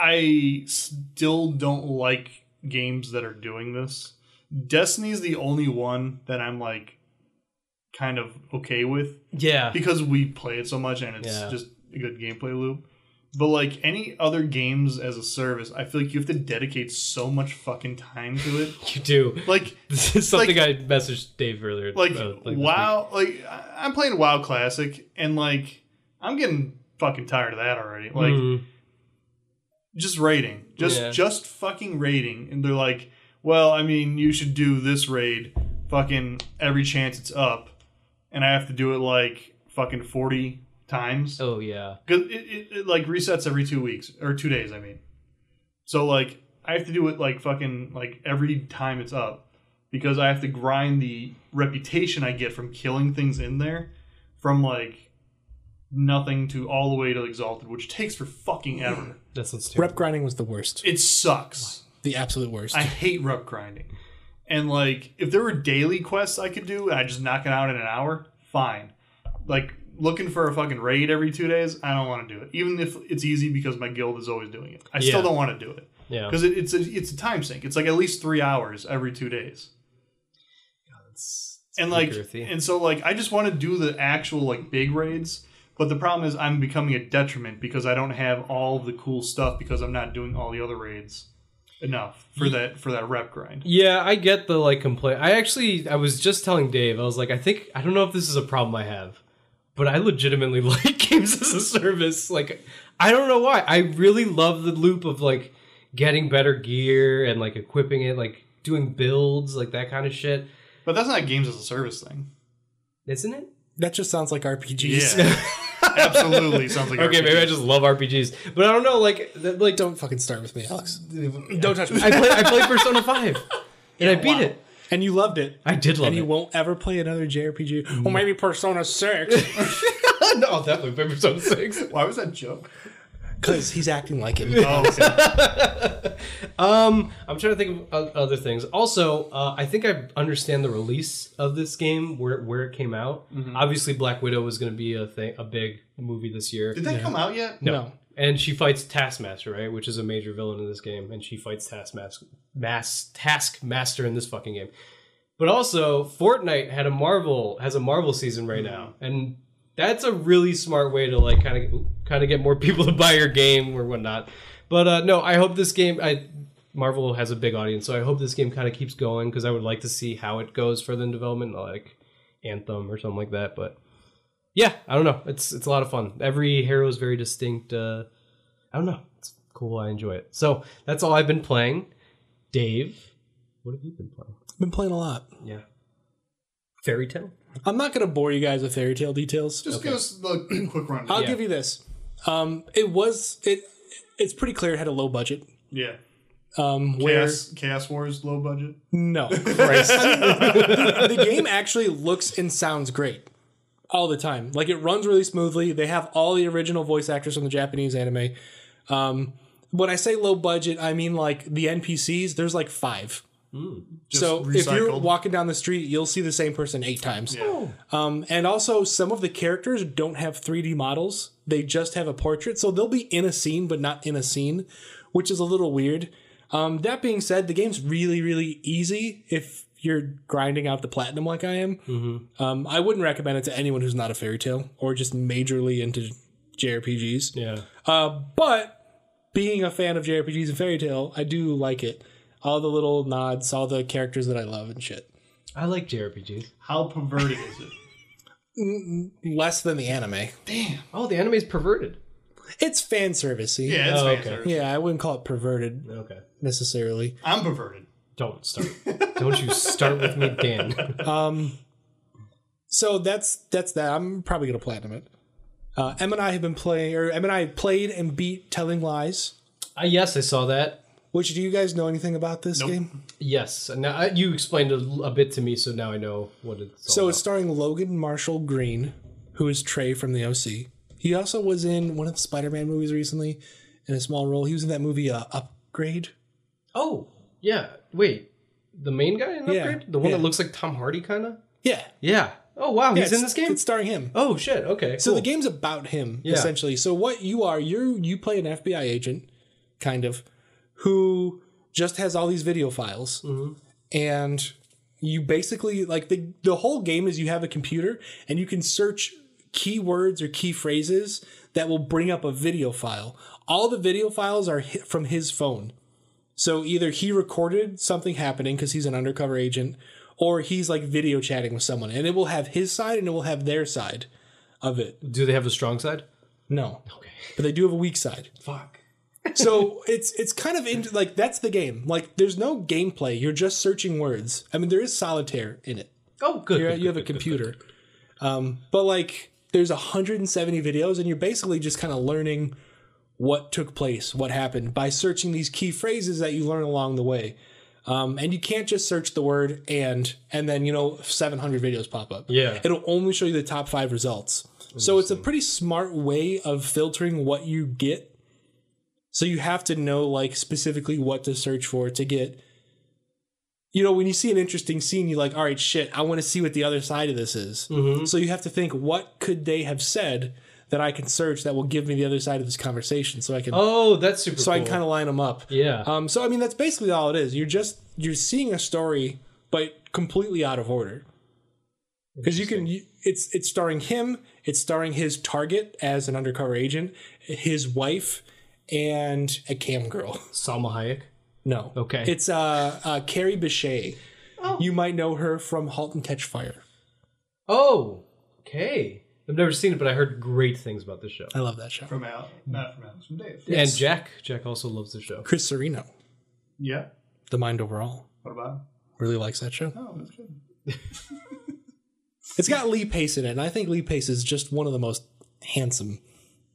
[SPEAKER 3] I still don't like games that are doing this. Destiny's the only one that I'm like kind of okay with
[SPEAKER 1] Yeah.
[SPEAKER 3] because we play it so much and it's
[SPEAKER 1] Yeah.
[SPEAKER 3] just a good gameplay loop. But like any other games as a service, I feel like you have to dedicate so much fucking time to it.
[SPEAKER 1] You do.
[SPEAKER 3] Like
[SPEAKER 1] This is something I messaged Dave earlier.
[SPEAKER 3] like
[SPEAKER 1] uh, this week.
[SPEAKER 3] WoW, like I- I'm playing WoW Classic and like I'm getting fucking tired of that already. Like
[SPEAKER 1] Mhm.
[SPEAKER 3] just raiding, just
[SPEAKER 1] Yeah.
[SPEAKER 3] just fucking raiding, and they're like, well, I mean, you should do this raid, fucking every chance it's up, and I have to do it like fucking forty times.
[SPEAKER 1] Oh yeah.
[SPEAKER 3] Cause it, it, it like resets every two weeks or two days, I mean. So like I have to do it like fucking like every time it's up because I have to grind the reputation I get from killing things in there from like nothing to all the way to exalted, which takes for fucking ever.
[SPEAKER 1] That sounds terrible.
[SPEAKER 2] Rep grinding was the worst.
[SPEAKER 3] It sucks.
[SPEAKER 2] The absolute worst.
[SPEAKER 3] I hate rep grinding. And like if there were daily quests I could do and I just knock it out in an hour, fine. Like looking for a fucking raid every two days, I don't want to do it. Even if it's easy because my guild is always doing it. I
[SPEAKER 1] Yeah.
[SPEAKER 3] still don't want to do it.
[SPEAKER 1] yeah.
[SPEAKER 3] Because it, it's a it's a time sink. It's like at least three hours every two days.
[SPEAKER 1] It's- it's
[SPEAKER 3] And like
[SPEAKER 1] pretty girthy.
[SPEAKER 3] and so like I just want to do the actual like big raids. But the problem is I'm becoming a detriment because I don't have all the cool stuff because I'm not doing all the other raids enough for that for that rep grind.
[SPEAKER 1] yeah, I get the like complaint. I actually, I was just telling Dave. I was like, I think I don't know if this is a problem I have, but I legitimately like games as a service. Like, I don't know why. I really love the loop of like getting better gear and like equipping it, like doing builds, like that kind of shit,
[SPEAKER 3] But that's not a games as a service thing.
[SPEAKER 1] isn't it?
[SPEAKER 2] that just sounds like RPGs.
[SPEAKER 3] absolutely sounds like
[SPEAKER 1] Okay,
[SPEAKER 3] RPG.
[SPEAKER 1] maybe I just love RPGs, but I don't know. Like, that, like
[SPEAKER 2] Don't fucking start with me, Alex.
[SPEAKER 1] Don't touch me. I played, I played Persona 5. And I beat it.
[SPEAKER 2] And you loved it.
[SPEAKER 1] I did love
[SPEAKER 2] and you
[SPEAKER 1] it.
[SPEAKER 2] won't ever play another JRPG. Or maybe Persona 6.
[SPEAKER 1] no, I'll definitely play Persona 6.
[SPEAKER 3] Why was that joke?
[SPEAKER 2] because he's acting like him.
[SPEAKER 3] Oh, okay.
[SPEAKER 1] Um, I'm trying to think of o- other things. Also, uh, I think I understand the release of this game where where it came out. Obviously, Black Widow was going to be a thing, a big movie this year.
[SPEAKER 3] Did that come out yet?
[SPEAKER 1] No.
[SPEAKER 2] No.
[SPEAKER 1] And she fights Taskmaster, right? Which is a major villain in this game. And she fights Taskmaster, Mas- Taskmaster in this fucking game. But also, Fortnite had a Marvel has a Marvel season right now, and that's a really smart way to like kind of kind of get more people to buy your game or whatnot. But uh, no, I hope this game. I Marvel has a big audience, so I hope this game kind of keeps going because I would like to see how it goes further in development, like Anthem or something like that. But yeah, I don't know. It's it's a lot of fun. Every hero is very distinct. Uh, I don't know. It's cool. I enjoy it. So that's all I've been playing. Dave, what have you been playing?
[SPEAKER 2] I've been playing a lot.
[SPEAKER 1] Yeah. Fairy tale.
[SPEAKER 2] I'm not going to bore you guys with fairy tale details.
[SPEAKER 3] Just give us the quick rundown.
[SPEAKER 2] I'll give you this. Um, it was it. It's pretty clear it had a low budget.
[SPEAKER 3] yeah.
[SPEAKER 2] Um, where
[SPEAKER 3] Chaos, Chaos Wars, low budget.
[SPEAKER 2] no, Christ. the game actually looks and sounds great all the time. Like it runs really smoothly. They have all the original voice actors from the Japanese anime. Um, when I say low budget, I mean like the NPCs. There's like five.
[SPEAKER 3] Just
[SPEAKER 2] so
[SPEAKER 3] recycled.
[SPEAKER 2] if you're walking down the street, you'll see the same person eight times.
[SPEAKER 3] Yeah.
[SPEAKER 2] Um, and also, some of the characters don't have 3D models; they just have a portrait, so they'll be in a scene but not in a scene, which is a little weird. Um, that being said, the game's really, really easy if you're grinding out the platinum like I am. Um, I wouldn't recommend it to anyone who's not a fairy tale or just majorly into JRPGs.
[SPEAKER 1] Yeah.
[SPEAKER 2] Uh, but being a fan of JRPGs and fairy tale, I do like it. All the little nods, all the characters that I love and shit.
[SPEAKER 1] I like JRPGs.
[SPEAKER 3] How perverted is it?
[SPEAKER 2] Less than the anime.
[SPEAKER 1] Oh, the anime's perverted.
[SPEAKER 2] It's fan servicey.
[SPEAKER 3] Yeah, it's
[SPEAKER 1] Oh,
[SPEAKER 3] fan
[SPEAKER 1] okay.
[SPEAKER 3] service.
[SPEAKER 2] Yeah, I wouldn't call it perverted
[SPEAKER 1] Okay.
[SPEAKER 2] necessarily.
[SPEAKER 3] I'm perverted.
[SPEAKER 1] Don't start. Don't you start with me, Dan. Uh,
[SPEAKER 2] Um, so that's that's that. I'm probably gonna platinum it. Uh, em and I have been playing, or Em and I played and beat Telling Lies.
[SPEAKER 1] uh, yes, I saw that.
[SPEAKER 2] Which do you guys know anything about this game?
[SPEAKER 1] Yes. Now I, you explained a, l- a bit to me, so now I know what it's. All
[SPEAKER 2] So
[SPEAKER 1] about.
[SPEAKER 2] it's starring Logan Marshall Green, who is Trey from the OC. He also was in one of the Spider-Man movies recently, in a small role. He was in that movie uh, Upgrade.
[SPEAKER 1] Oh yeah. Wait. The main guy in
[SPEAKER 2] Yeah.
[SPEAKER 1] Upgrade, the one
[SPEAKER 2] Yeah.
[SPEAKER 1] that looks like Tom Hardy, kind of.
[SPEAKER 2] Yeah,
[SPEAKER 1] Yeah. Oh wow,
[SPEAKER 2] Yeah,
[SPEAKER 1] he's in
[SPEAKER 2] it's-
[SPEAKER 1] this game.
[SPEAKER 2] It's starring him.
[SPEAKER 1] Oh shit. Okay.
[SPEAKER 2] So the game's about him
[SPEAKER 1] Yeah.
[SPEAKER 2] essentially. So what you are, you you play an FBI agent, kind of, who just has all these video files, and you basically like the the whole game is you have a computer and you can search keywords or key phrases that will bring up a video file. All the video files are hit from his phone. So either he recorded something happening because he's an undercover agent, or he's like video chatting with someone, and it will have his side and it will have their side of it.
[SPEAKER 1] Do they have a strong side?
[SPEAKER 2] No,
[SPEAKER 1] Okay.
[SPEAKER 2] but they do have a weak side.
[SPEAKER 1] Fuck.
[SPEAKER 2] So it's it's kind of in, like that's the game. Like there's no gameplay. You're just searching words. I mean, there is solitaire in it.
[SPEAKER 1] Oh good.
[SPEAKER 2] You're,
[SPEAKER 1] good,
[SPEAKER 2] you have a
[SPEAKER 1] good, good, good,
[SPEAKER 2] computer, um, but like there's 170 videos, and you're basically just kind of learning what took place, what happened by searching these key phrases that you learn along the way. Um, and you can't just search the word and and then you know 700 videos pop up.
[SPEAKER 1] Yeah.
[SPEAKER 2] it'll only show you the top five results. So it's a pretty smart way of filtering what you get. So you have to know like specifically what to search for to get. You know, when you see an interesting scene, you're like, all right, shit, I want to see what the other side of this is.
[SPEAKER 1] Mm-hmm.
[SPEAKER 2] So you have to think, what could they have said that I can search that will give me the other side of this conversation so I can
[SPEAKER 1] Oh, that's super.
[SPEAKER 2] so I
[SPEAKER 1] cool.
[SPEAKER 2] can kind of line them up.
[SPEAKER 1] Yeah.
[SPEAKER 2] Um, so I mean, that's basically all it is. You're just you're seeing a story, but completely out of order. Because you can, you, it's it's starring him, it's starring his target as an undercover agent, his wife, and a cam girl.
[SPEAKER 1] Salma Hayek.
[SPEAKER 2] No,
[SPEAKER 1] Okay.
[SPEAKER 2] it's uh, uh Carrie Bechet. You might know her from *Halt and Catch Fire*.
[SPEAKER 1] Oh, okay. I've never seen it, but I heard great things about this show.
[SPEAKER 2] I love that show.
[SPEAKER 3] From Al, not from Alex, from Dave.
[SPEAKER 1] And Jack, Jack also loves the show.
[SPEAKER 2] Chris Serino,
[SPEAKER 3] Yeah.
[SPEAKER 2] *The Mind Overall*,
[SPEAKER 3] What about? him?
[SPEAKER 2] really likes that show.
[SPEAKER 3] Oh, that's good.
[SPEAKER 2] It's got Lee Pace in it, and I think Lee Pace is just one of the most handsome,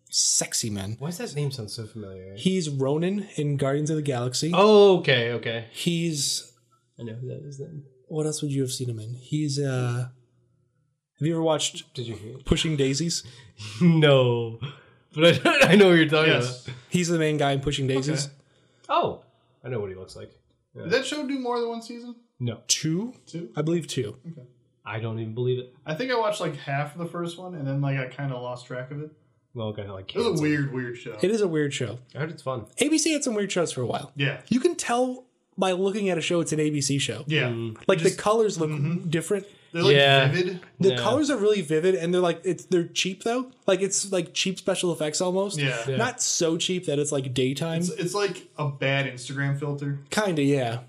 [SPEAKER 2] sexy men.
[SPEAKER 1] Why does that name sound so familiar?
[SPEAKER 2] He's Ronan in Guardians of the Galaxy.
[SPEAKER 1] Oh, okay, okay.
[SPEAKER 2] He's
[SPEAKER 1] I know who that is then.
[SPEAKER 2] what else would you have seen him in? He's uh have you ever watched
[SPEAKER 1] Did you hear?
[SPEAKER 2] Pushing Daisies?
[SPEAKER 1] no. but I, I know what you're talking
[SPEAKER 3] Yes.
[SPEAKER 1] about.
[SPEAKER 2] He's the main guy in Pushing Daisies.
[SPEAKER 3] Okay.
[SPEAKER 1] Oh, I know what he looks like.
[SPEAKER 3] Did that show do more than one season?
[SPEAKER 1] No,
[SPEAKER 2] Two,
[SPEAKER 3] Two?
[SPEAKER 2] I believe two.
[SPEAKER 1] I don't even believe it.
[SPEAKER 3] I think I watched like half of the first one, and then like I kind of lost track of it.
[SPEAKER 1] Well, okay, like
[SPEAKER 3] It was a weird, weird show.
[SPEAKER 2] It is a weird show.
[SPEAKER 1] I heard it's fun.
[SPEAKER 2] ABC had some weird shows for a while.
[SPEAKER 3] Yeah,
[SPEAKER 2] You can tell by looking at a show it's an ABC show.
[SPEAKER 3] yeah. Mm-hmm.
[SPEAKER 2] Like the colors look different.
[SPEAKER 3] They're like
[SPEAKER 1] Yeah.
[SPEAKER 3] vivid.
[SPEAKER 2] The
[SPEAKER 1] Yeah.
[SPEAKER 2] colors are really vivid and they're like it's they're cheap though. Like it's like cheap special effects almost.
[SPEAKER 3] Yeah. Yeah.
[SPEAKER 2] Not so cheap that it's like daytime.
[SPEAKER 3] It's, it's like a bad Instagram filter.
[SPEAKER 2] Kinda, yeah.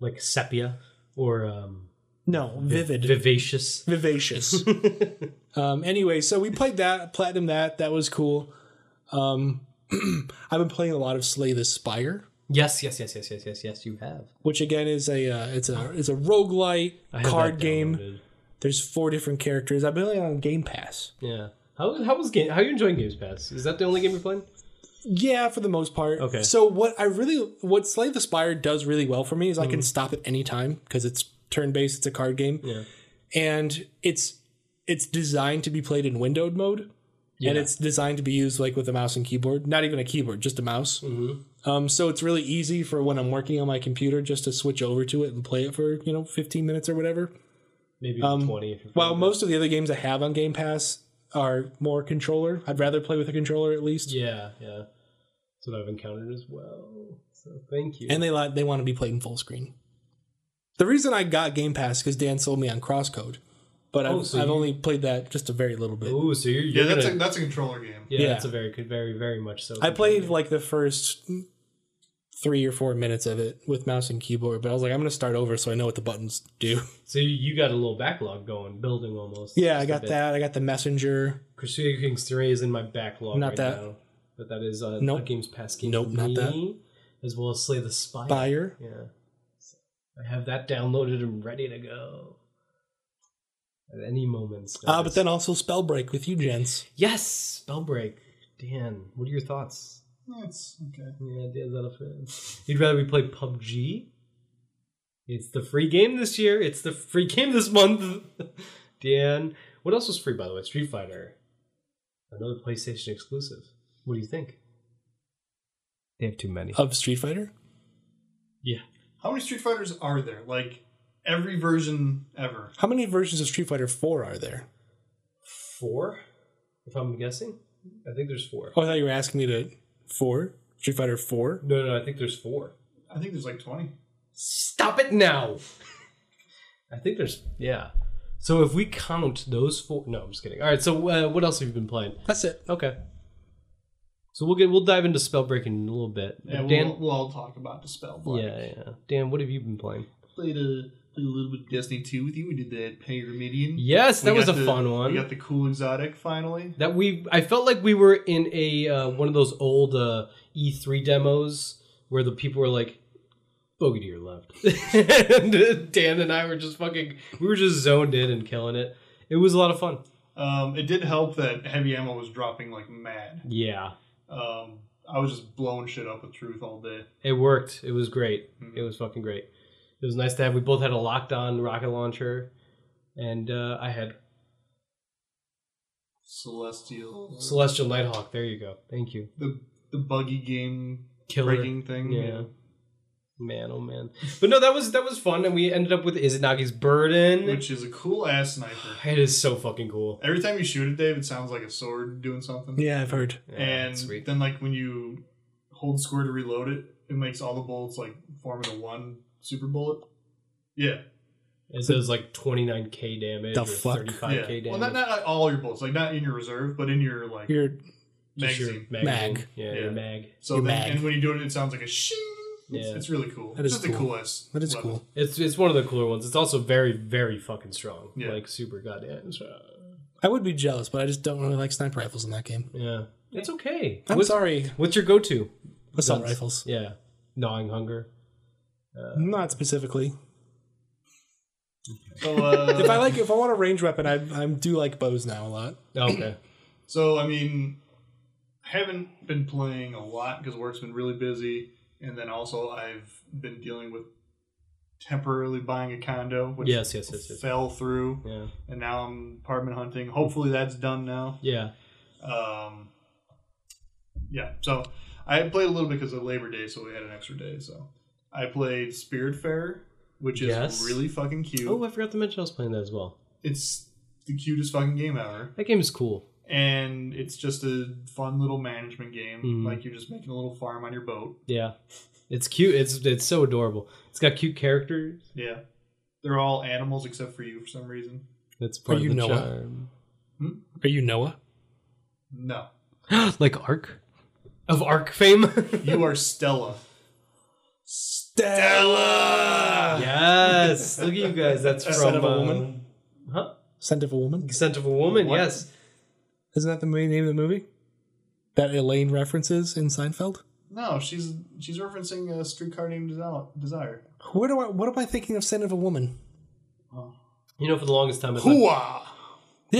[SPEAKER 1] Like sepia or um,
[SPEAKER 2] No, vivid.
[SPEAKER 1] vivacious.
[SPEAKER 2] vivacious. um, anyway, so we played that, platinum that. That was cool. Um, I've been playing a lot of Slay the Spire,
[SPEAKER 1] Yes, yes, yes, yes, yes, yes, yes. You have
[SPEAKER 2] which again is a uh, it's a it's a roguelite
[SPEAKER 1] I have
[SPEAKER 2] card
[SPEAKER 1] that
[SPEAKER 2] game.
[SPEAKER 1] downloaded.
[SPEAKER 2] There's four different characters. I've been playing on Game Pass.
[SPEAKER 1] Yeah. How, how was game? How are you enjoying Games Pass? Is that the only game you're playing?
[SPEAKER 2] Yeah, for the most part.
[SPEAKER 1] Okay.
[SPEAKER 2] So what I really what Slay the Spire does really well for me is I
[SPEAKER 1] Mm-hmm.
[SPEAKER 2] can stop at any time because it's turn based. It's a card game.
[SPEAKER 1] Yeah.
[SPEAKER 2] and it's it's designed to be played in windowed mode and it's designed to be used like with a mouse and keyboard not even a keyboard just a mouse
[SPEAKER 1] Mm-hmm.
[SPEAKER 2] um, so it's really easy for when i'm working on my computer just to switch over to it and play it for you know 15 minutes or whatever
[SPEAKER 1] Maybe twenty. If you're
[SPEAKER 2] while
[SPEAKER 1] feeling
[SPEAKER 2] Um, most of the other games i have on game pass are more controller i'd rather play with a controller at least
[SPEAKER 1] good. yeah, yeah. That's what I've encountered as well. So thank you.
[SPEAKER 2] and they like they want to be played in full screen the reason i got game pass because dan sold me on crosscode but
[SPEAKER 1] Oh,
[SPEAKER 2] i've,
[SPEAKER 1] so
[SPEAKER 2] I've
[SPEAKER 1] you- Oh,
[SPEAKER 2] only played that just a very little bit
[SPEAKER 1] Ooh, so you're,
[SPEAKER 3] Yeah,
[SPEAKER 1] you're
[SPEAKER 3] that's a,
[SPEAKER 1] gonna,
[SPEAKER 3] that's a controller game.
[SPEAKER 1] yeah,
[SPEAKER 2] yeah.
[SPEAKER 1] that's a very good, very, very much so.
[SPEAKER 2] I played like the first three or four minutes of it with mouse and keyboard, but I was like, I'm gonna start over so I know what the buttons do.
[SPEAKER 1] So you, you got a little backlog going, building almost.
[SPEAKER 2] Yeah, I
[SPEAKER 1] just a
[SPEAKER 2] got
[SPEAKER 1] bit.
[SPEAKER 2] that. I got the messenger.
[SPEAKER 1] Crusader Kings Three is in my backlog.
[SPEAKER 2] Not
[SPEAKER 1] right
[SPEAKER 2] that.
[SPEAKER 1] now, but that is uh,
[SPEAKER 2] Nope.
[SPEAKER 1] a Games Pass game.
[SPEAKER 2] Nope,
[SPEAKER 1] for
[SPEAKER 2] not
[SPEAKER 1] me,
[SPEAKER 2] that.
[SPEAKER 1] As well as Slay the Spire.
[SPEAKER 2] Spire.
[SPEAKER 1] Yeah, So I have that downloaded and ready to go at any moment.
[SPEAKER 2] Ah,
[SPEAKER 1] notice.
[SPEAKER 2] but then also Spellbreak with you, gents.
[SPEAKER 1] yes, Spellbreak. Dan, what are your thoughts?
[SPEAKER 3] That's okay.
[SPEAKER 1] Yeah, Dan's not a fan. You'd rather we play PUBG? It's the free game this year. It's the free game this month. Dan, what else was free by the way? Street Fighter, another PlayStation exclusive. What do you think? They have too many.
[SPEAKER 2] Of Street Fighter?
[SPEAKER 1] yeah,
[SPEAKER 3] How many Street Fighters are there? Like every version ever.
[SPEAKER 2] How many versions of Street Fighter 4 are there?
[SPEAKER 1] four. If I'm guessing, I think there's four.
[SPEAKER 2] Oh, I thought you were asking me to. Four? Street Fighter 4?
[SPEAKER 1] No, no, I think there's four.
[SPEAKER 3] I think there's like twenty.
[SPEAKER 1] Stop it now. I think there's yeah. So if we count those four, no, I'm just kidding. All right, so uh, what else have you been playing?
[SPEAKER 2] That's it.
[SPEAKER 1] Okay. So we'll get we'll dive into spellbreaking in a little bit.
[SPEAKER 3] Yeah, we'll,
[SPEAKER 1] Dan,
[SPEAKER 3] we'll all talk about the spell. block.
[SPEAKER 1] yeah, yeah. Dan, what have you been playing?
[SPEAKER 3] played a played a little bit of Destiny two with you. We did that Pyramidian.
[SPEAKER 1] Yes, that
[SPEAKER 3] We
[SPEAKER 1] was a
[SPEAKER 3] got the-
[SPEAKER 1] fun
[SPEAKER 3] We got
[SPEAKER 1] one.
[SPEAKER 3] the cool exotic finally.
[SPEAKER 1] That we I felt like we were in a uh, one of those old uh, E3 demos where the people were like, "Bogey to your left," and uh, Dan and I were just fucking we were just zoned in and killing it. It was a lot of fun.
[SPEAKER 3] Um, it did help that heavy ammo was dropping like mad.
[SPEAKER 1] Yeah,
[SPEAKER 3] Um, I was just blowing shit up with truth all day.
[SPEAKER 1] it worked. It was great. It was fucking great. It was nice to have. We both had a locked on rocket launcher, and uh, I had
[SPEAKER 3] Celestial,
[SPEAKER 1] Celestial Nighthawk. There you go. Thank you.
[SPEAKER 3] the the buggy game
[SPEAKER 1] Killer.
[SPEAKER 3] breaking thing.
[SPEAKER 1] Yeah. Man, oh man. But no, that was that was fun, and we ended up with Izanagi's Burden.
[SPEAKER 3] which is a cool ass sniper.
[SPEAKER 1] it is so fucking cool.
[SPEAKER 3] Every time you shoot it, Dave, it sounds like a sword doing something.
[SPEAKER 2] Yeah, I've heard.
[SPEAKER 1] Yeah,
[SPEAKER 3] and
[SPEAKER 1] it's sweet.
[SPEAKER 3] then like when you hold square to reload it, it makes all the bullets like form into one super bullet. Yeah,
[SPEAKER 1] it does like twenty nine k damage
[SPEAKER 2] The
[SPEAKER 1] or
[SPEAKER 2] fuck?
[SPEAKER 1] thirty five
[SPEAKER 3] yeah.
[SPEAKER 1] k damage.
[SPEAKER 3] Well, not, not all your bullets, like not in your reserve, but in your like
[SPEAKER 2] You're
[SPEAKER 1] Just your
[SPEAKER 3] magazine.
[SPEAKER 1] magazine.
[SPEAKER 2] Mag.
[SPEAKER 1] Yeah,
[SPEAKER 3] Yeah.
[SPEAKER 1] your mag.
[SPEAKER 3] So
[SPEAKER 2] Your
[SPEAKER 3] then,
[SPEAKER 2] mag.
[SPEAKER 3] and when you do it, it sounds like a shing. It's,
[SPEAKER 1] Yeah.
[SPEAKER 3] it's really cool.
[SPEAKER 2] That is
[SPEAKER 3] Just the
[SPEAKER 2] cool.
[SPEAKER 3] coolest.
[SPEAKER 2] that is
[SPEAKER 3] weapon.
[SPEAKER 2] cool.
[SPEAKER 1] It's it's one of the cooler ones. It's also very very fucking strong.
[SPEAKER 3] Yeah.
[SPEAKER 1] Like super goddamn strong.
[SPEAKER 2] I would be jealous, but I just don't really like sniper rifles in that game.
[SPEAKER 1] Yeah, it's okay.
[SPEAKER 2] I'm
[SPEAKER 1] what's,
[SPEAKER 2] sorry,
[SPEAKER 1] what's your go to?
[SPEAKER 2] assault rifles.
[SPEAKER 1] Yeah, gnawing hunger.
[SPEAKER 2] Not specifically.
[SPEAKER 3] So, uh,
[SPEAKER 2] If I like, if I want a range weapon, I, I do like bows now a lot.
[SPEAKER 1] Oh, Okay.
[SPEAKER 3] so I mean, haven't been playing a lot because work's been really busy, and then also I've been dealing with temporarily buying a condo, which
[SPEAKER 1] yes, yes, yes, yes.
[SPEAKER 3] fell through,
[SPEAKER 1] Yeah.
[SPEAKER 3] and now I'm apartment hunting. Hopefully that's done now.
[SPEAKER 1] Yeah.
[SPEAKER 3] Um, yeah. So I played a little bit because of Labor Day, so we had an extra day. So I played Spiritfarer, which is
[SPEAKER 1] Yes.
[SPEAKER 3] really fucking cute.
[SPEAKER 1] Oh, I forgot to mention I was playing that as well.
[SPEAKER 3] It's the cutest fucking game ever,
[SPEAKER 1] That game is cool.
[SPEAKER 3] and it's just a fun little management game.
[SPEAKER 1] Mhm.
[SPEAKER 3] Like you're just making a little farm on your boat.
[SPEAKER 1] Yeah, it's cute. It's it's so adorable. It's got cute characters.
[SPEAKER 3] Yeah, they're all animals except for you for some reason.
[SPEAKER 1] That's part
[SPEAKER 2] you
[SPEAKER 1] of the
[SPEAKER 2] Noah?
[SPEAKER 1] charm.
[SPEAKER 2] Are you Noah?
[SPEAKER 3] No,
[SPEAKER 1] like Ark, of Ark fame.
[SPEAKER 3] you are Stella.
[SPEAKER 2] Stella.
[SPEAKER 1] yes, look at you guys. That's from
[SPEAKER 2] Scent of a
[SPEAKER 1] uh,
[SPEAKER 2] Woman?
[SPEAKER 1] huh?
[SPEAKER 2] Scent of a Woman.
[SPEAKER 1] Scent of a Woman.
[SPEAKER 3] What?
[SPEAKER 1] Yes.
[SPEAKER 2] Isn't that the main name of the movie? That Elaine references in Seinfeld.
[SPEAKER 3] No, she's she's referencing a streetcar named Desi- Desire.
[SPEAKER 2] Where do I? What am I thinking of? Scent of a Woman.
[SPEAKER 1] You know, for the longest time, I thought,
[SPEAKER 3] Hooah!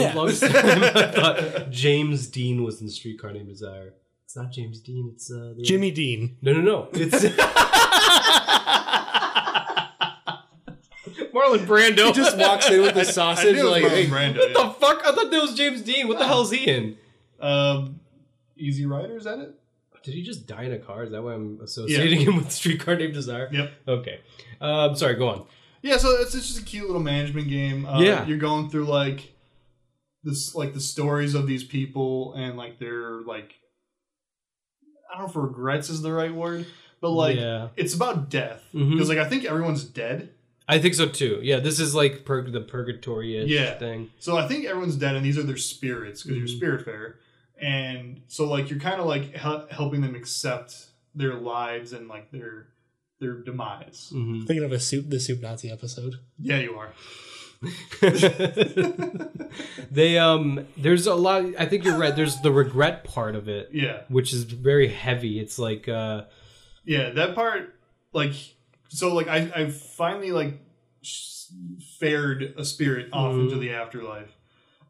[SPEAKER 1] for the longest time, I thought James Dean was in Streetcar Named Desire. It's not James Dean. It's uh, the
[SPEAKER 2] Jimmy Dean.
[SPEAKER 1] No, no, no. It's Marlon Brando.
[SPEAKER 2] He just walks in with the
[SPEAKER 3] I
[SPEAKER 2] sausage.
[SPEAKER 3] knew
[SPEAKER 2] Like,
[SPEAKER 3] it was
[SPEAKER 2] hey,
[SPEAKER 3] Marlon Brando.
[SPEAKER 1] What
[SPEAKER 3] yeah.
[SPEAKER 1] the fuck? I thought that was James Dean. What the hell's he in?
[SPEAKER 3] Um, Easy Rider, is that it?
[SPEAKER 1] Did he just die in a car? Is that why I'm associating him with Streetcar Named Desire?
[SPEAKER 3] Yep.
[SPEAKER 1] Okay. Um, sorry. Go on.
[SPEAKER 3] Yeah, so it's, it's just a cute little management game. Uh,
[SPEAKER 1] Yeah.
[SPEAKER 3] you're going through like this, like the stories of these people and like their like I don't know if regrets is the right word, but like
[SPEAKER 1] yeah,
[SPEAKER 3] it's about death because
[SPEAKER 1] Mhm.
[SPEAKER 3] like I think everyone's dead.
[SPEAKER 1] I think so too. Yeah, this is like purg- the purgatory
[SPEAKER 3] Yeah.
[SPEAKER 1] thing.
[SPEAKER 3] So I think everyone's dead, and these are their spirits because
[SPEAKER 1] Mhm.
[SPEAKER 3] you're spiritfarer, and so like you're kind of like hel- helping them accept their lives and like their their demise.
[SPEAKER 1] Mhm.
[SPEAKER 2] thinking of a soup, the soup Nazi episode.
[SPEAKER 3] Yeah, you are.
[SPEAKER 1] they um, there's a lot. I think you're right. There's the regret part of it,
[SPEAKER 3] Yeah,
[SPEAKER 1] which is very heavy. It's like uh,
[SPEAKER 3] yeah. That part, like, so like I I finally like sh- fared a spirit off
[SPEAKER 1] Mhm.
[SPEAKER 3] into the afterlife,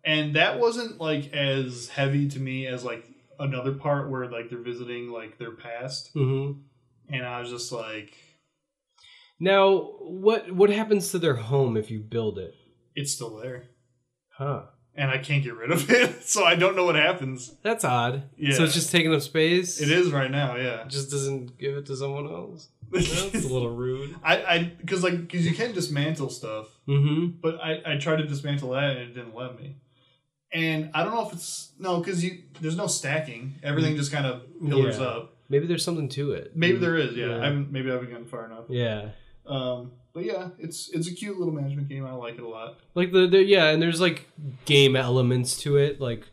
[SPEAKER 3] and that wasn't like as heavy to me as like another part where like they're visiting like their past,
[SPEAKER 1] mhm.
[SPEAKER 3] and I was just like,
[SPEAKER 1] Now, what what happens to their home if you build it?
[SPEAKER 3] it's still there.
[SPEAKER 1] Huh.
[SPEAKER 3] and I can't get rid of it, so I don't know what happens.
[SPEAKER 1] That's odd.
[SPEAKER 3] Yeah.
[SPEAKER 1] So it's just taking up space.
[SPEAKER 3] It is right now, yeah.
[SPEAKER 1] It just doesn't give it to someone else. That's a little rude.
[SPEAKER 3] I, I, because like, because you can dismantle stuff,
[SPEAKER 1] Mm-hmm.
[SPEAKER 3] but I, I tried to dismantle that and it didn't let me. And I don't know if it's no, because you there's no stacking. Everything just kind of pillars
[SPEAKER 1] Mm. Yeah.
[SPEAKER 3] up.
[SPEAKER 1] Maybe there's something to it.
[SPEAKER 3] Maybe there is, yeah.
[SPEAKER 1] Yeah.
[SPEAKER 3] I haven't, maybe I haven't gotten far enough.
[SPEAKER 1] Yeah.
[SPEAKER 3] Um, but yeah, it's it's a cute little management game. I like it a lot.
[SPEAKER 1] Like the, the yeah, and there's like game elements to it, like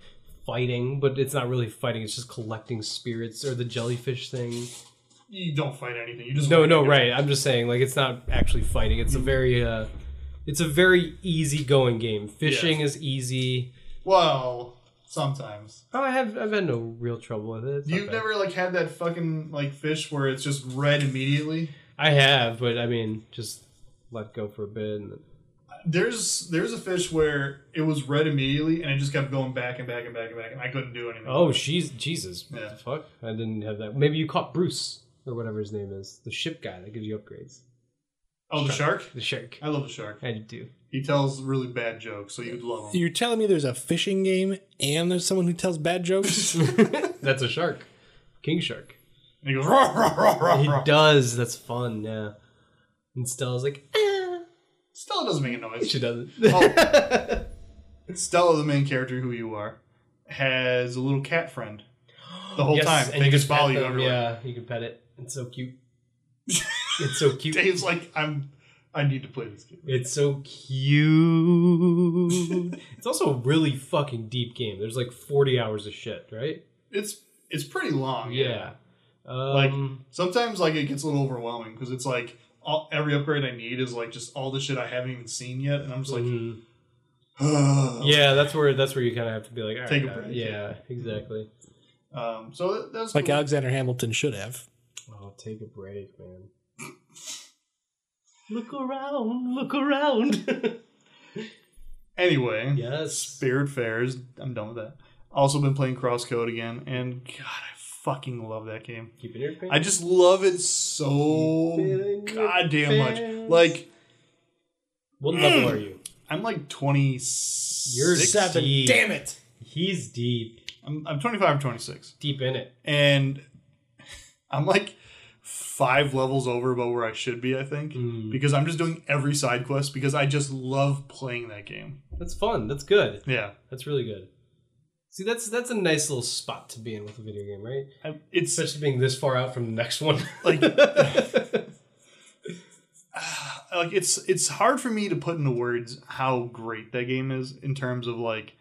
[SPEAKER 1] fighting, but it's not really fighting. It's just collecting spirits or the jellyfish thing.
[SPEAKER 3] You don't fight anything. You just
[SPEAKER 1] No, no, right. I'm just saying, like, it's not actually fighting. It's a very, uh, it's a very easy going game. Fishing is easy.
[SPEAKER 3] Well, sometimes
[SPEAKER 1] Oh, I have, I've had no real trouble with it. It's not
[SPEAKER 3] you've
[SPEAKER 1] bad.
[SPEAKER 3] never like had that fucking like fish where it's just red immediately.
[SPEAKER 1] I have, but I mean, just let go for a bit. And
[SPEAKER 3] There's there's a fish where it was red immediately and it just kept going back and back and back and back and I couldn't do anything.
[SPEAKER 1] oh, she's Jesus! What
[SPEAKER 3] Yeah.
[SPEAKER 1] the fuck? I didn't have that. Maybe you caught Bruce or whatever his name is, the ship guy that gives you upgrades.
[SPEAKER 3] oh the shark.
[SPEAKER 1] The shark.
[SPEAKER 3] I love the shark.
[SPEAKER 1] I do.
[SPEAKER 3] He tells really bad jokes, so you'd love him.
[SPEAKER 2] You're telling me there's a fishing game and there's someone who tells bad jokes?
[SPEAKER 1] That's a shark. King shark.
[SPEAKER 3] And he goes rah, rah, rah, rah,
[SPEAKER 1] He
[SPEAKER 3] rah.
[SPEAKER 1] does. That's fun. Yeah. And Stella's like, ah.
[SPEAKER 3] Stella doesn't make a noise.
[SPEAKER 1] she doesn't.
[SPEAKER 3] Stella, the main character who you are, has a little cat friend the whole
[SPEAKER 1] Yes,
[SPEAKER 3] time. They
[SPEAKER 1] you
[SPEAKER 3] just
[SPEAKER 1] can pet
[SPEAKER 3] follow you
[SPEAKER 1] them.
[SPEAKER 3] everywhere.
[SPEAKER 1] Yeah, you can pet it. It's so cute. it's so cute.
[SPEAKER 3] Dave's like, I'm I need to play this game.
[SPEAKER 1] It's so cute. it's also a really fucking deep game. There's like 40 hours of shit, right?
[SPEAKER 3] It's it's pretty long.
[SPEAKER 1] Um,
[SPEAKER 3] Sometimes like it gets a little overwhelming because it's like all, every upgrade I need is like just all the shit I haven't even seen yet, and I'm just like,
[SPEAKER 1] mhm.
[SPEAKER 3] "Ugh."
[SPEAKER 1] yeah, that's where that's where you kind of have to be like, all right,
[SPEAKER 3] Take a
[SPEAKER 1] uh,
[SPEAKER 3] break.
[SPEAKER 1] yeah, exactly.
[SPEAKER 3] Um, so that, that's
[SPEAKER 2] like
[SPEAKER 3] cool.
[SPEAKER 2] Alexander Hamilton should have.
[SPEAKER 1] Oh, take a break, man. look around, look around.
[SPEAKER 3] anyway,
[SPEAKER 1] yes,
[SPEAKER 3] Spirit Fairs. I'm done with that. Also been playing Cross Code again, and God, I fucking love that game.
[SPEAKER 1] keep it in your pants.
[SPEAKER 3] I just love it so
[SPEAKER 1] Keep it in your
[SPEAKER 3] goddamn much.
[SPEAKER 1] pants.
[SPEAKER 3] Like
[SPEAKER 1] what level are you?
[SPEAKER 3] I'm like 20.
[SPEAKER 1] You're seven.
[SPEAKER 2] Damn it!
[SPEAKER 1] He's deep.
[SPEAKER 3] I'm, I'm 25 or 26,
[SPEAKER 1] deep in it.
[SPEAKER 3] and I'm like five levels over about where I should be. I think
[SPEAKER 1] Mm.
[SPEAKER 3] because I'm just doing every side quest because I just love playing that game.
[SPEAKER 1] That's fun. That's good.
[SPEAKER 3] Yeah,
[SPEAKER 1] That's really good. See, that's that's a nice little spot to be in with a video game, right?
[SPEAKER 3] I, it's
[SPEAKER 1] Especially being this far out from the next one.
[SPEAKER 3] like like it's it's hard for me to put into words how great that game is in terms of like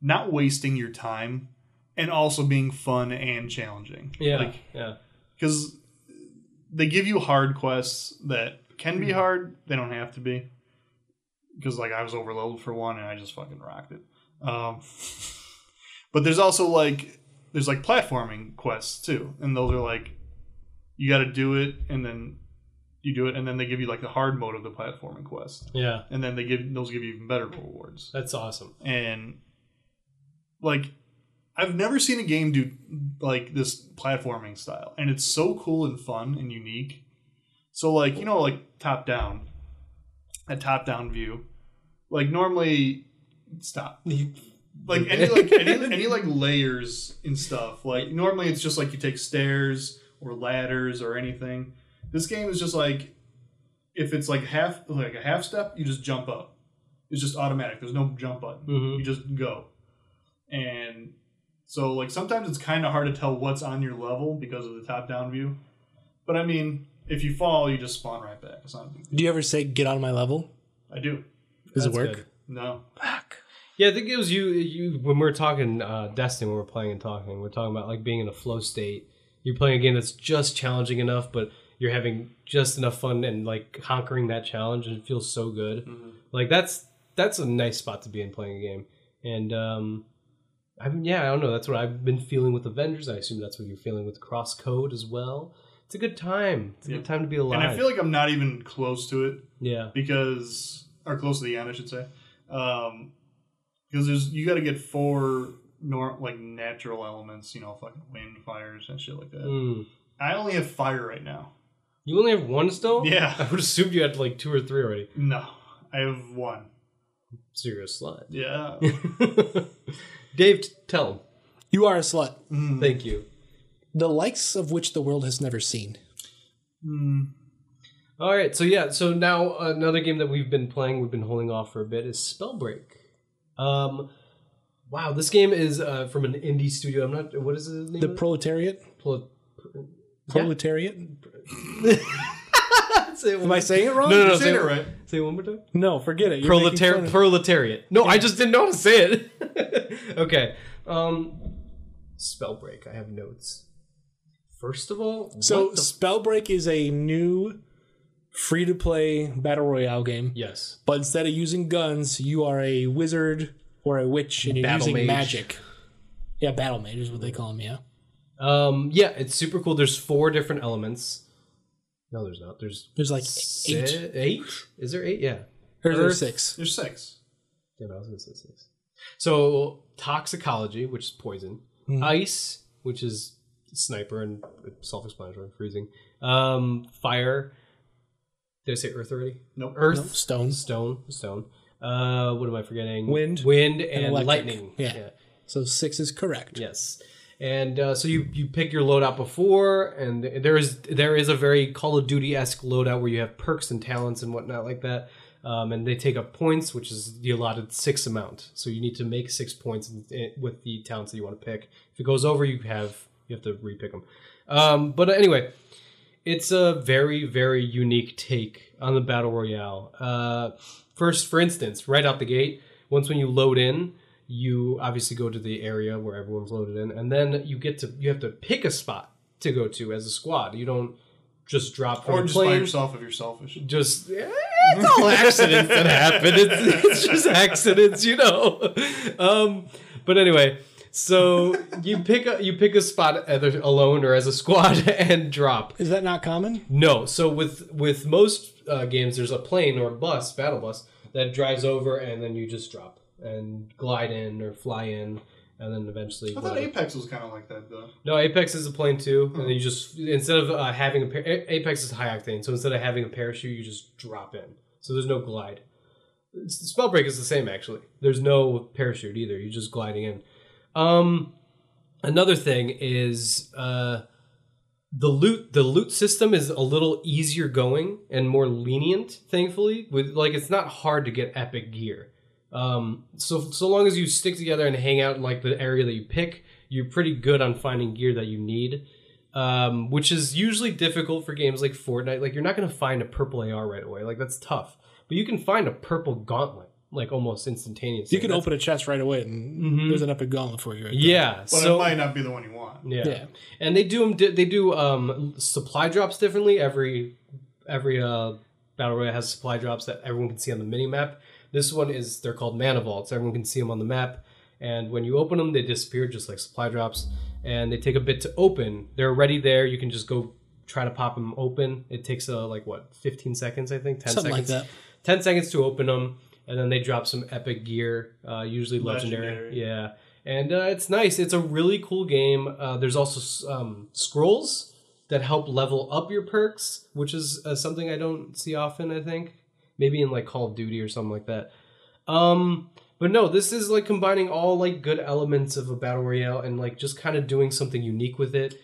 [SPEAKER 3] not wasting your time and also being fun and challenging.
[SPEAKER 1] yeah,
[SPEAKER 3] Like
[SPEAKER 1] yeah.
[SPEAKER 3] cuz they give you hard quests that can be hard, they don't have to be. Cuz like I was overleveled for one and I just fucking rocked it. Um but there's also like there's like platforming quests too, and those are like you got to do it and then you do it and then they give you like the hard mode of the platforming quest
[SPEAKER 1] Yeah,
[SPEAKER 3] and then they give those give you even better rewards
[SPEAKER 1] that's awesome.
[SPEAKER 3] and like i've never seen a game do like this platforming style and it's so cool and fun and unique so like you know like top down a top down view like normally stop like any like any, any like layers and stuff like normally it's just like you take stairs or ladders or anything this game is just like if it's like half like a half step you just jump up it's just automatic there's no jump button
[SPEAKER 1] Mhm.
[SPEAKER 3] you just go and so like sometimes it's kind of hard to tell what's on your level because of the top down view but i mean if you fall you just spawn right back it's not a big deal.
[SPEAKER 2] Do you ever say "get on my level"?
[SPEAKER 3] i do
[SPEAKER 2] Does it
[SPEAKER 1] That's
[SPEAKER 2] work?
[SPEAKER 1] good.
[SPEAKER 3] no
[SPEAKER 1] Yeah, I think it was you. You when we were talking uh, Destiny, when we were playing and talking, we we're talking about like being in a flow state. You're playing a game that's just challenging enough, but you're having just enough fun and like conquering that challenge, and it feels so good.
[SPEAKER 3] Mm-hmm.
[SPEAKER 1] Like that's that's a nice spot to be in playing a game. And um, I mean, yeah, I don't know. That's what I've been feeling with Avengers. I assume that's what you're feeling with Cross Code as well. It's a good time. It's a
[SPEAKER 3] Yeah.
[SPEAKER 1] good time to be alive.
[SPEAKER 3] and i feel like i'm not even close to it
[SPEAKER 1] yeah,
[SPEAKER 3] because or close to the end, I should say. Um, because there's you got to get four nor- like natural elements, you know, fucking wind, fires, and shit like that.
[SPEAKER 1] Mm.
[SPEAKER 3] I only have fire right now.
[SPEAKER 1] you only have one still. I
[SPEAKER 3] Yeah,
[SPEAKER 1] would assume you had like two or three already.
[SPEAKER 3] no, I have one.
[SPEAKER 1] Serious slut.
[SPEAKER 3] Yeah,
[SPEAKER 1] Dave, t- tell him.
[SPEAKER 2] You are a slut,
[SPEAKER 3] Mm.
[SPEAKER 1] Thank you.
[SPEAKER 2] the likes of which the world has never seen.
[SPEAKER 3] Mm.
[SPEAKER 1] All right, so yeah, so now another game that we've been playing, we've been holding off for a bit, is Spellbreak. Um, wow, this game is uh, from an indie studio. I'm not. What is the name?
[SPEAKER 2] The
[SPEAKER 1] of it?
[SPEAKER 2] proletariat,
[SPEAKER 1] Pro-
[SPEAKER 2] proletariat.
[SPEAKER 1] say it one,
[SPEAKER 2] Am I saying it wrong?
[SPEAKER 1] no, no, no,
[SPEAKER 3] You're
[SPEAKER 1] say,
[SPEAKER 3] saying
[SPEAKER 1] it,
[SPEAKER 3] it right.
[SPEAKER 1] say it one more time.
[SPEAKER 2] No, forget it. You're making fun
[SPEAKER 1] Proletari-
[SPEAKER 2] of-
[SPEAKER 1] proletariat. No, I just didn't know how to say it. okay. Um, Spellbreak. I have notes. First of all,
[SPEAKER 2] So
[SPEAKER 1] what the f-
[SPEAKER 2] Spellbreak is a new free to play battle royale game,
[SPEAKER 1] yes,
[SPEAKER 2] but instead of using guns, you are a wizard or a witch and you're
[SPEAKER 1] Battle mage.
[SPEAKER 2] using magic. Yeah, battle mage is what they call them. Yeah,
[SPEAKER 1] Um, yeah, it's super cool. There's four different elements. No, there's not. There's
[SPEAKER 2] there's like
[SPEAKER 1] eight.
[SPEAKER 2] eight
[SPEAKER 1] Eight? Is there eight? Yeah.
[SPEAKER 2] or there's
[SPEAKER 1] Earth.
[SPEAKER 2] six.
[SPEAKER 3] There's six.
[SPEAKER 1] Damn, I was gonna say six. So toxicology, which is poison,
[SPEAKER 2] Hmm.
[SPEAKER 1] ice, which is sniper and self-explanatory, freezing, um, fire. Did I say earth already?
[SPEAKER 3] Nope.
[SPEAKER 1] Earth,
[SPEAKER 2] Nope, stone.
[SPEAKER 1] stone, stone. Uh, what am I forgetting?
[SPEAKER 2] Wind.
[SPEAKER 1] wind, and,
[SPEAKER 2] electric.
[SPEAKER 1] lightning.
[SPEAKER 2] Yeah. So six is correct.
[SPEAKER 1] Yes, and uh, so you you pick your loadout before, and there is there is a very Call of Duty esque loadout where you have perks and talents and whatnot like that, um, and they take up points, which is the allotted six amount. So you need to make six points in, in- with the talents that you want to pick. If it goes over, you have you have to repick them. Um, but anyway, it's a very very unique take on the battle royale uh, first for instance right out the gate once when you load in you obviously go to the area where everyone's loaded in and then you get to you have to pick a spot to go to as a squad you don't just drop from
[SPEAKER 3] Or
[SPEAKER 1] a
[SPEAKER 3] just by
[SPEAKER 1] plane
[SPEAKER 3] yourself if you're selfish.
[SPEAKER 1] just eh, it's all accidents that happen. It's, it's just accidents, you know. Um, but anyway, so you pick a you pick a spot either alone or as a squad and drop.
[SPEAKER 2] Is that not common?
[SPEAKER 1] No. So with with most uh, games, there's a plane or bus, battle bus, that drives over, and then you just drop and glide in or fly in, and then eventually.
[SPEAKER 3] I thought Apex was kind of like that though.
[SPEAKER 1] No, Apex is a plane too, and then you just instead of uh, having a par- A- Apex is high octane, so instead of having a parachute, you just drop in. So there's no glide. It's- Spellbreak is the same actually. There's no parachute either. You're just gliding in. Um, Another thing is uh, the loot. The loot system is a little easier going and more lenient, thankfully. With like, it's not hard to get epic gear. Um, so so long as you stick together and hang out in like the area that you pick, you're pretty good on finding gear that you need. Um, which is usually difficult for games like Fortnite. Like you're not gonna find a purple AR right away. Like that's tough. But you can find a purple gauntlet like almost instantaneously.
[SPEAKER 2] You can open a chest right away, and there's an epic gauntlet for you. Right
[SPEAKER 1] Yeah.
[SPEAKER 3] But
[SPEAKER 1] so
[SPEAKER 3] it might not be the one you want.
[SPEAKER 1] yeah.
[SPEAKER 2] Yeah.
[SPEAKER 1] and they do 'em di- They do um, supply drops differently. Every every uh, battle royale has supply drops that everyone can see on the mini map. This one is they're called mana vaults. Everyone can see them on the map, and when you open them, they disappear just like supply drops. And they take a bit to open. They're already there. You can just go try to pop them open. It takes uh, like what 15 seconds, I think, 10
[SPEAKER 2] Something like
[SPEAKER 1] seconds. 10 seconds to open them and then they drop some epic gear uh, usually legendary.
[SPEAKER 3] Legendary.
[SPEAKER 1] yeah and uh, it's nice it's a really cool game uh, there's also s- um, scrolls that help level up your perks which is uh, something i don't see often i think maybe in like call of duty or something like that um but no this is like combining all like good elements of a battle royale and like just kind of doing something unique with it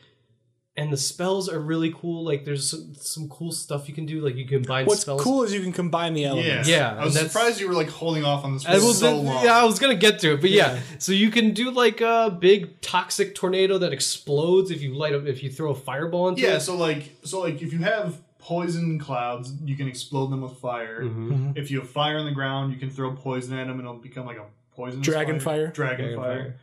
[SPEAKER 1] and the spells are really cool like there's some, some cool stuff you can do like you can bind
[SPEAKER 2] What's
[SPEAKER 1] spells
[SPEAKER 2] cool is you can combine the elements.
[SPEAKER 3] Yeah.
[SPEAKER 1] Yeah,
[SPEAKER 3] I
[SPEAKER 1] and
[SPEAKER 3] was
[SPEAKER 1] that's-
[SPEAKER 3] surprised you were like holding off on this
[SPEAKER 1] I
[SPEAKER 3] for
[SPEAKER 1] was,
[SPEAKER 3] so long.
[SPEAKER 1] yeah, I was gonna get to it, but yeah.
[SPEAKER 2] Yeah.
[SPEAKER 1] So you can do like a big toxic tornado that explodes if you light up if you throw a fireball into
[SPEAKER 3] Yeah,
[SPEAKER 1] it.
[SPEAKER 3] so like so like if you have poison clouds, you can explode them with fire.
[SPEAKER 1] Mm-hmm.
[SPEAKER 2] Mm-hmm.
[SPEAKER 3] If you have fire on the ground, you can throw poison at them and it'll become like a poison
[SPEAKER 2] Dragon fire.
[SPEAKER 3] Dragon,
[SPEAKER 1] Dragon
[SPEAKER 3] fire.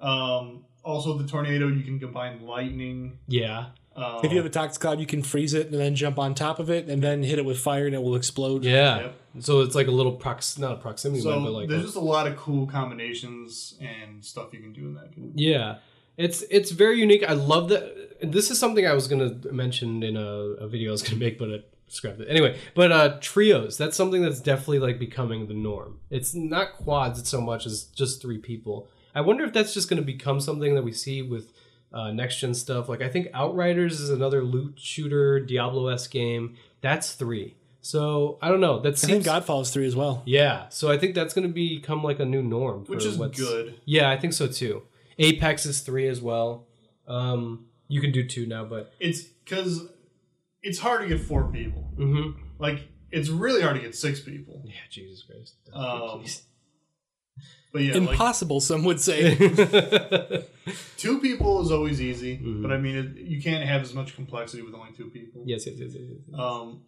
[SPEAKER 3] Um also the tornado you can combine lightning.
[SPEAKER 1] Yeah.
[SPEAKER 3] Um,
[SPEAKER 2] If you have a toxic cloud, you can freeze it and then jump on top of it and then hit it with fire and it will explode.
[SPEAKER 1] Yeah.
[SPEAKER 3] Yep.
[SPEAKER 1] So it's like a little prox not a proximity
[SPEAKER 3] so
[SPEAKER 1] one, but like
[SPEAKER 3] there's
[SPEAKER 1] a-
[SPEAKER 3] just a lot of cool combinations and stuff you can do in that game.
[SPEAKER 1] Yeah. It's it's very unique. I love that and this is something I was gonna mention in a, a video I was gonna make, but I scrapped it. Anyway, but uh trios, that's something that's definitely like becoming the norm. It's not quads so much as just three people. I wonder if that's just gonna become something that we see with uh, next gen stuff. Like I think Outriders is another loot shooter Diablo S game. That's three. So I don't know. That
[SPEAKER 2] I
[SPEAKER 1] seems
[SPEAKER 2] think Godfalls 3 as well.
[SPEAKER 1] yeah. So I think that's gonna become like a new norm, for
[SPEAKER 3] Which is
[SPEAKER 1] what's-
[SPEAKER 3] good.
[SPEAKER 1] yeah, I think so too. Apex is three as well. Um, you can do two now, but
[SPEAKER 3] It's cause it's hard to get four people.
[SPEAKER 1] mm-hmm.
[SPEAKER 3] Like it's really hard to get six people.
[SPEAKER 1] yeah, Jesus Christ.
[SPEAKER 3] Um, But yeah, like
[SPEAKER 2] Impossible, some would say.
[SPEAKER 3] Two people is always easy,
[SPEAKER 1] Mm-hmm.
[SPEAKER 3] but I mean, it, you can't have as much complexity with only two people.
[SPEAKER 1] yes, yes, yes, yes, yes, yes.
[SPEAKER 3] Um,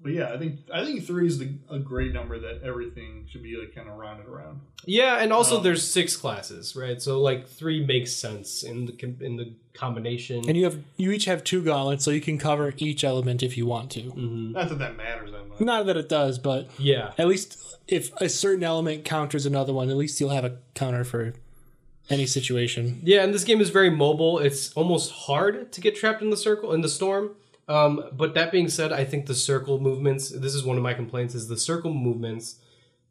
[SPEAKER 3] but yeah, I think I think three is the, a great number that everything should be like kind of rounded around.
[SPEAKER 1] Yeah, and also
[SPEAKER 3] um,
[SPEAKER 1] there's six classes, right? So like three makes sense in the com- in the combination.
[SPEAKER 2] and you have you each have two gauntlets, so you can cover each element if you want to.
[SPEAKER 1] Mhm.
[SPEAKER 3] Not that that matters that much.
[SPEAKER 2] Not that it does, but
[SPEAKER 1] Yeah,
[SPEAKER 2] at least if a certain element counters another one, at least you'll have a counter for any situation.
[SPEAKER 1] yeah, and this game is very mobile. It's almost hard to get trapped in the circle in the storm. Um, but that being said, I think the circle movements. This is one of my complaints: is the circle movements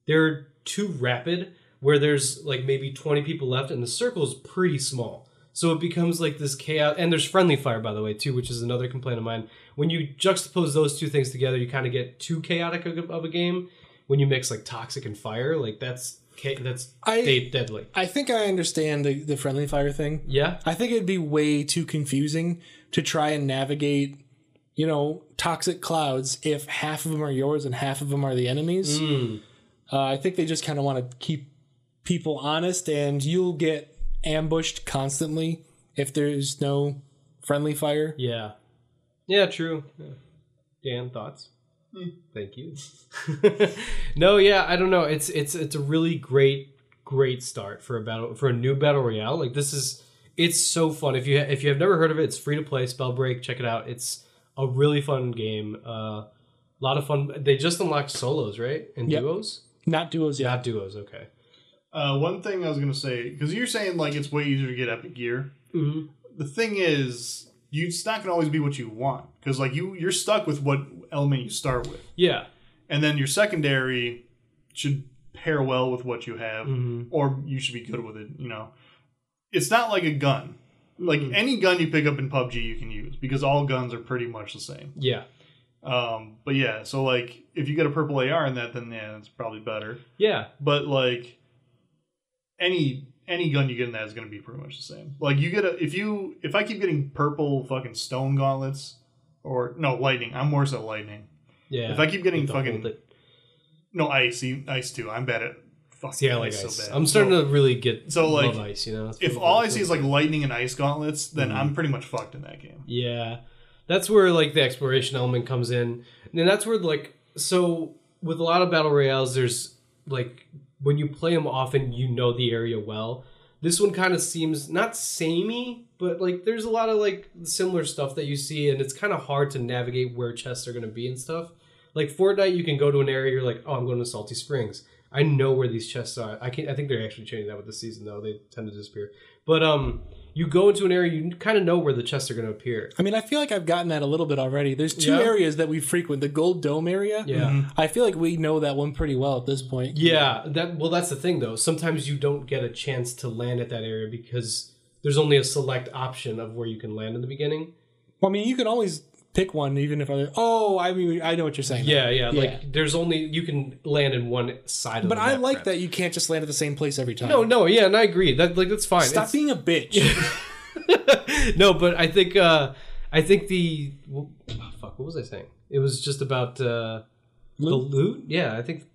[SPEAKER 1] they're too rapid where there's like maybe 20 people left and the circle's pretty small so it becomes like this chaos and there's friendly fire by the way too which is another complaint of mine when you juxtapose those two things together you kind of get too chaotic of of a game when you mix like toxic and fire like that's ca- that's
[SPEAKER 2] I-
[SPEAKER 1] de- deadly
[SPEAKER 2] I think I understand the, the friendly fire thing.
[SPEAKER 1] yeah
[SPEAKER 2] I think it'd be way too confusing to try and navigate, you know, toxic clouds if half of them are yours and half of them are the enemies.
[SPEAKER 1] Hmm.
[SPEAKER 2] Uh, I think they just kind of want to keep people honest, and you'll get ambushed constantly if there's no friendly fire.
[SPEAKER 1] yeah yeah true Yeah. dan thoughts
[SPEAKER 3] Hmm.
[SPEAKER 1] thank you no yeah i don't know it's it's it's a really great great start for a battle for a new battle royale like this is it's so fun if you if you have never heard of it it's free to play spellbreak check it out it's a really fun game a uh, lot of fun they just unlocked solos right and
[SPEAKER 2] Yep.
[SPEAKER 1] duos
[SPEAKER 2] Not duos yet.
[SPEAKER 1] not duos okay
[SPEAKER 3] Uh, one thing I was gonna say because you're saying like it's way easier to get epic gear.
[SPEAKER 1] Mhm.
[SPEAKER 3] The thing is, you, it's not gonna always be what you want because like you you're stuck with what element you start with.
[SPEAKER 1] yeah
[SPEAKER 3] and then your secondary should pair well with what you have
[SPEAKER 1] Mm. Mm-hmm.
[SPEAKER 3] or you should be good with it you know it's not like a gun like any gun you pick up in pubg you can use because all guns are pretty much the same
[SPEAKER 1] yeah
[SPEAKER 3] um, but yeah so like if you get a purple ar in that then yeah it's probably better
[SPEAKER 1] yeah
[SPEAKER 3] but like any any gun you get in that is going to be pretty much the same. Like you get a if you if I keep getting purple fucking stone gauntlets or no lightning, I'm worse at lightning.
[SPEAKER 1] Yeah.
[SPEAKER 3] If I keep getting
[SPEAKER 1] Have to hold
[SPEAKER 3] fucking
[SPEAKER 1] it.
[SPEAKER 3] no ice, you- ice too. I'm bad at fucking
[SPEAKER 1] See, I like
[SPEAKER 3] ice,
[SPEAKER 1] ice.
[SPEAKER 3] so bad.
[SPEAKER 1] I'm starting
[SPEAKER 3] So
[SPEAKER 1] to really get
[SPEAKER 3] so, like,
[SPEAKER 1] love ice. You know, It's
[SPEAKER 3] if
[SPEAKER 1] pretty
[SPEAKER 3] all
[SPEAKER 1] cool.
[SPEAKER 3] I see is like lightning and ice gauntlets, then
[SPEAKER 1] Mm-hmm.
[SPEAKER 3] I'm pretty much fucked in that game.
[SPEAKER 1] Yeah. That's where like the exploration element comes in. And that's where like so with a lot of battle royales there's like when you play them often you know the area well. This one kind of seems not samey, but like there's a lot of like similar stuff that you see and it's kind of hard to navigate where chests are going to be and stuff. Like Fortnite you can go to an area you're like, "Oh, I'm going to Salty Springs." I know where these chests are. I can I think they're actually changing that with the season though. They tend to disappear. But um you go into an area you kind of know where the chests are going to appear.
[SPEAKER 2] I mean, I feel like I've gotten that a little bit already. There's two
[SPEAKER 1] Yeah.
[SPEAKER 2] areas that we frequent the Gold Dome area.
[SPEAKER 1] Yeah.
[SPEAKER 2] I feel like we know that one pretty well at this point.
[SPEAKER 1] Yeah, that well that's the thing though. Sometimes you don't get a chance to land at that area because there's only a select option of where you can land in the beginning.
[SPEAKER 2] Well, I mean, you can always pick one, even if I. Oh, I mean, I know what you're saying.
[SPEAKER 1] Yeah, yeah,
[SPEAKER 2] Yeah.
[SPEAKER 1] like there's only you can land in one side of
[SPEAKER 2] But
[SPEAKER 1] the
[SPEAKER 2] I
[SPEAKER 1] map,
[SPEAKER 2] like
[SPEAKER 1] right?
[SPEAKER 2] that you can't just land at the same place every time.
[SPEAKER 1] No, no, yeah, and I agree. That like that's fine. It's-
[SPEAKER 2] Stop being a bitch.
[SPEAKER 1] no, but I think uh I think the well, oh, fuck, what was I saying? It was just about uh the
[SPEAKER 2] Loot?
[SPEAKER 1] loot. Yeah, I think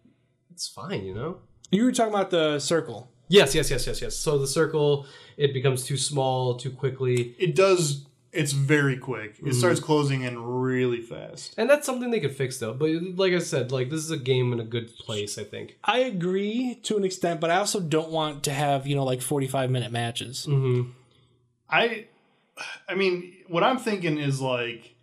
[SPEAKER 1] it's fine, you know.
[SPEAKER 2] you were talking about the circle.
[SPEAKER 1] Yes, yes, yes, yes, yes. So the circle it becomes too small too quickly.
[SPEAKER 3] It does. It's very quick.
[SPEAKER 1] Mm-hmm.
[SPEAKER 3] It starts closing in really fast.
[SPEAKER 1] And that's something they could fix though. But like I said, like this is a game in a good place, I think.
[SPEAKER 2] I agree to an extent, but I also don't want to have, you know, like 45 minute matches.
[SPEAKER 1] Mm. Mm-hmm.
[SPEAKER 3] I, I mean, what I'm thinking is like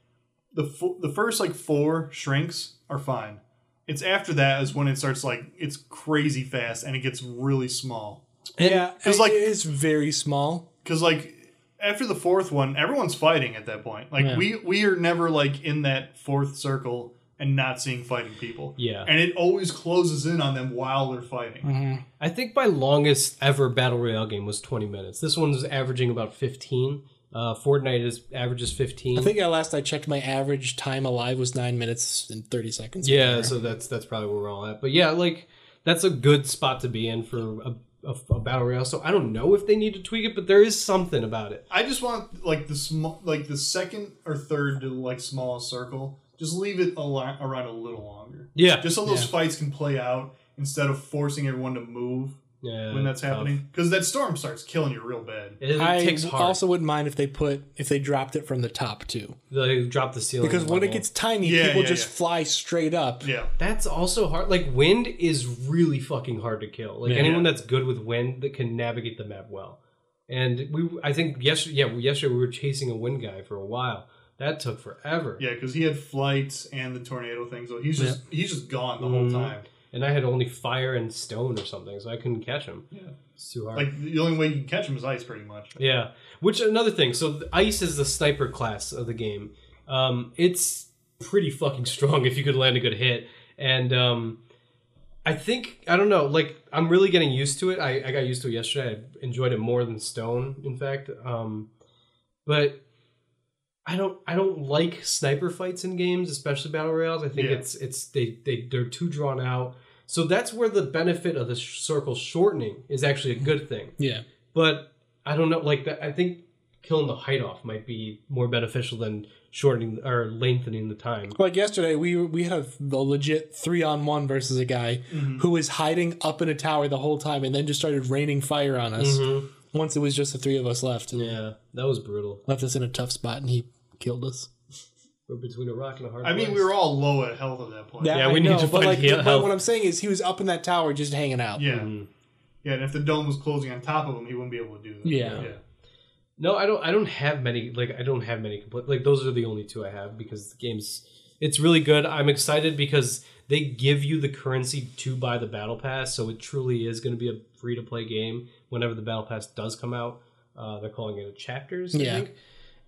[SPEAKER 3] the fo- the first like four shrinks are fine. It's after that is when it starts like it's crazy fast and it gets really small.
[SPEAKER 2] yeah,
[SPEAKER 3] it's like-
[SPEAKER 2] it's very small.
[SPEAKER 3] Because like after the fourth one, everyone's fighting at that point. Like
[SPEAKER 2] Yeah.
[SPEAKER 3] we we are never like in that fourth circle and not seeing fighting people.
[SPEAKER 1] Yeah. Mm-hmm.
[SPEAKER 3] and it always closes in on them while they're fighting.
[SPEAKER 1] I think my longest ever battle royale game was 20 minutes. This one's averaging about 15. Uh, Fortnite is averages 15.
[SPEAKER 2] I think at last I checked, my average time alive was nine minutes and 30 seconds.
[SPEAKER 1] yeah, so that's that's probably where we're all at. But yeah, like that's a good spot to be in for a, a, a battle royale. So I don't know if they need to tweak it, but there is something about it.
[SPEAKER 3] I just want like the small, like the second or third to like smallest circle. Just leave it a li- around a little longer.
[SPEAKER 1] Yeah,
[SPEAKER 3] Just so those fights can play out instead of forcing everyone to move
[SPEAKER 1] yeah,
[SPEAKER 3] when that's
[SPEAKER 1] tough.
[SPEAKER 3] happening. Because that storm starts killing you real bad.
[SPEAKER 1] It, it
[SPEAKER 2] I
[SPEAKER 1] takes hard.
[SPEAKER 2] also wouldn't mind if they put, if they dropped it from the top too.
[SPEAKER 1] they drop the ceiling
[SPEAKER 2] Because when it
[SPEAKER 1] level.
[SPEAKER 2] gets tiny,
[SPEAKER 3] Yeah,
[SPEAKER 2] people
[SPEAKER 3] yeah,
[SPEAKER 2] just
[SPEAKER 3] yeah.
[SPEAKER 2] fly straight up.
[SPEAKER 3] Yeah,
[SPEAKER 1] That's also hard. Like wind is really fucking hard to kill. Like anyone that's good with wind that can navigate the map well. And we, I think yesterday, yeah, yesterday we were chasing a wind guy for a while. That took forever.
[SPEAKER 3] yeah. Because he had flights and the tornado thing, so he's just he's just gone the
[SPEAKER 1] Mm-hmm.
[SPEAKER 3] whole time.
[SPEAKER 1] And I had only fire and stone or something, so I couldn't catch him. Yeah, it's too hard.
[SPEAKER 3] Like the only way you can catch him is ice, pretty much.
[SPEAKER 1] Yeah. Which another thing. So th- ice is the sniper class of the game. Um, it's pretty fucking strong if you could land a good hit. And um, I think I don't know. Like I'm really getting used to it. I, I got used to it yesterday. I enjoyed it more than stone. In fact. Um, but I don't I don't like sniper fights in games, especially battle royales. I think
[SPEAKER 3] Yeah.
[SPEAKER 1] it's it's they they they're too drawn out. So that's where the benefit of the sh- circle shortening is actually a good thing
[SPEAKER 2] Yeah.
[SPEAKER 1] but I don't know. Like that, I think killing the height off might be more beneficial than shortening or lengthening the time.
[SPEAKER 2] Like yesterday, we we had a, a legit three on one versus a guy who was hiding up in a tower the whole time, and then just started raining fire on us. Once it was just the three of us left, and
[SPEAKER 1] Yeah, that was brutal.
[SPEAKER 2] left us in a tough spot, and he killed us.
[SPEAKER 1] We're between a rock and a hard.
[SPEAKER 3] I mean, we were all low at health at that point.
[SPEAKER 2] That
[SPEAKER 1] Yeah,
[SPEAKER 2] I
[SPEAKER 1] we need to
[SPEAKER 2] but
[SPEAKER 1] find
[SPEAKER 2] like,
[SPEAKER 1] heal-
[SPEAKER 2] but
[SPEAKER 1] help.
[SPEAKER 2] what I'm saying is, he was up in that tower just hanging out.
[SPEAKER 3] Yeah. Yeah, and if the dome was closing on top of him, he wouldn't be able to do that.
[SPEAKER 2] Yeah.
[SPEAKER 3] yeah.
[SPEAKER 1] No, I don't. I don't have many. Like I don't have many. Compl- like those are the only two I have because the game's it's really good. I'm excited because they give you the currency to buy the battle pass, so it truly is going to be a free to play game whenever the battle pass does come out. Uh, they're calling it a chapters. I
[SPEAKER 2] Yeah.
[SPEAKER 1] think.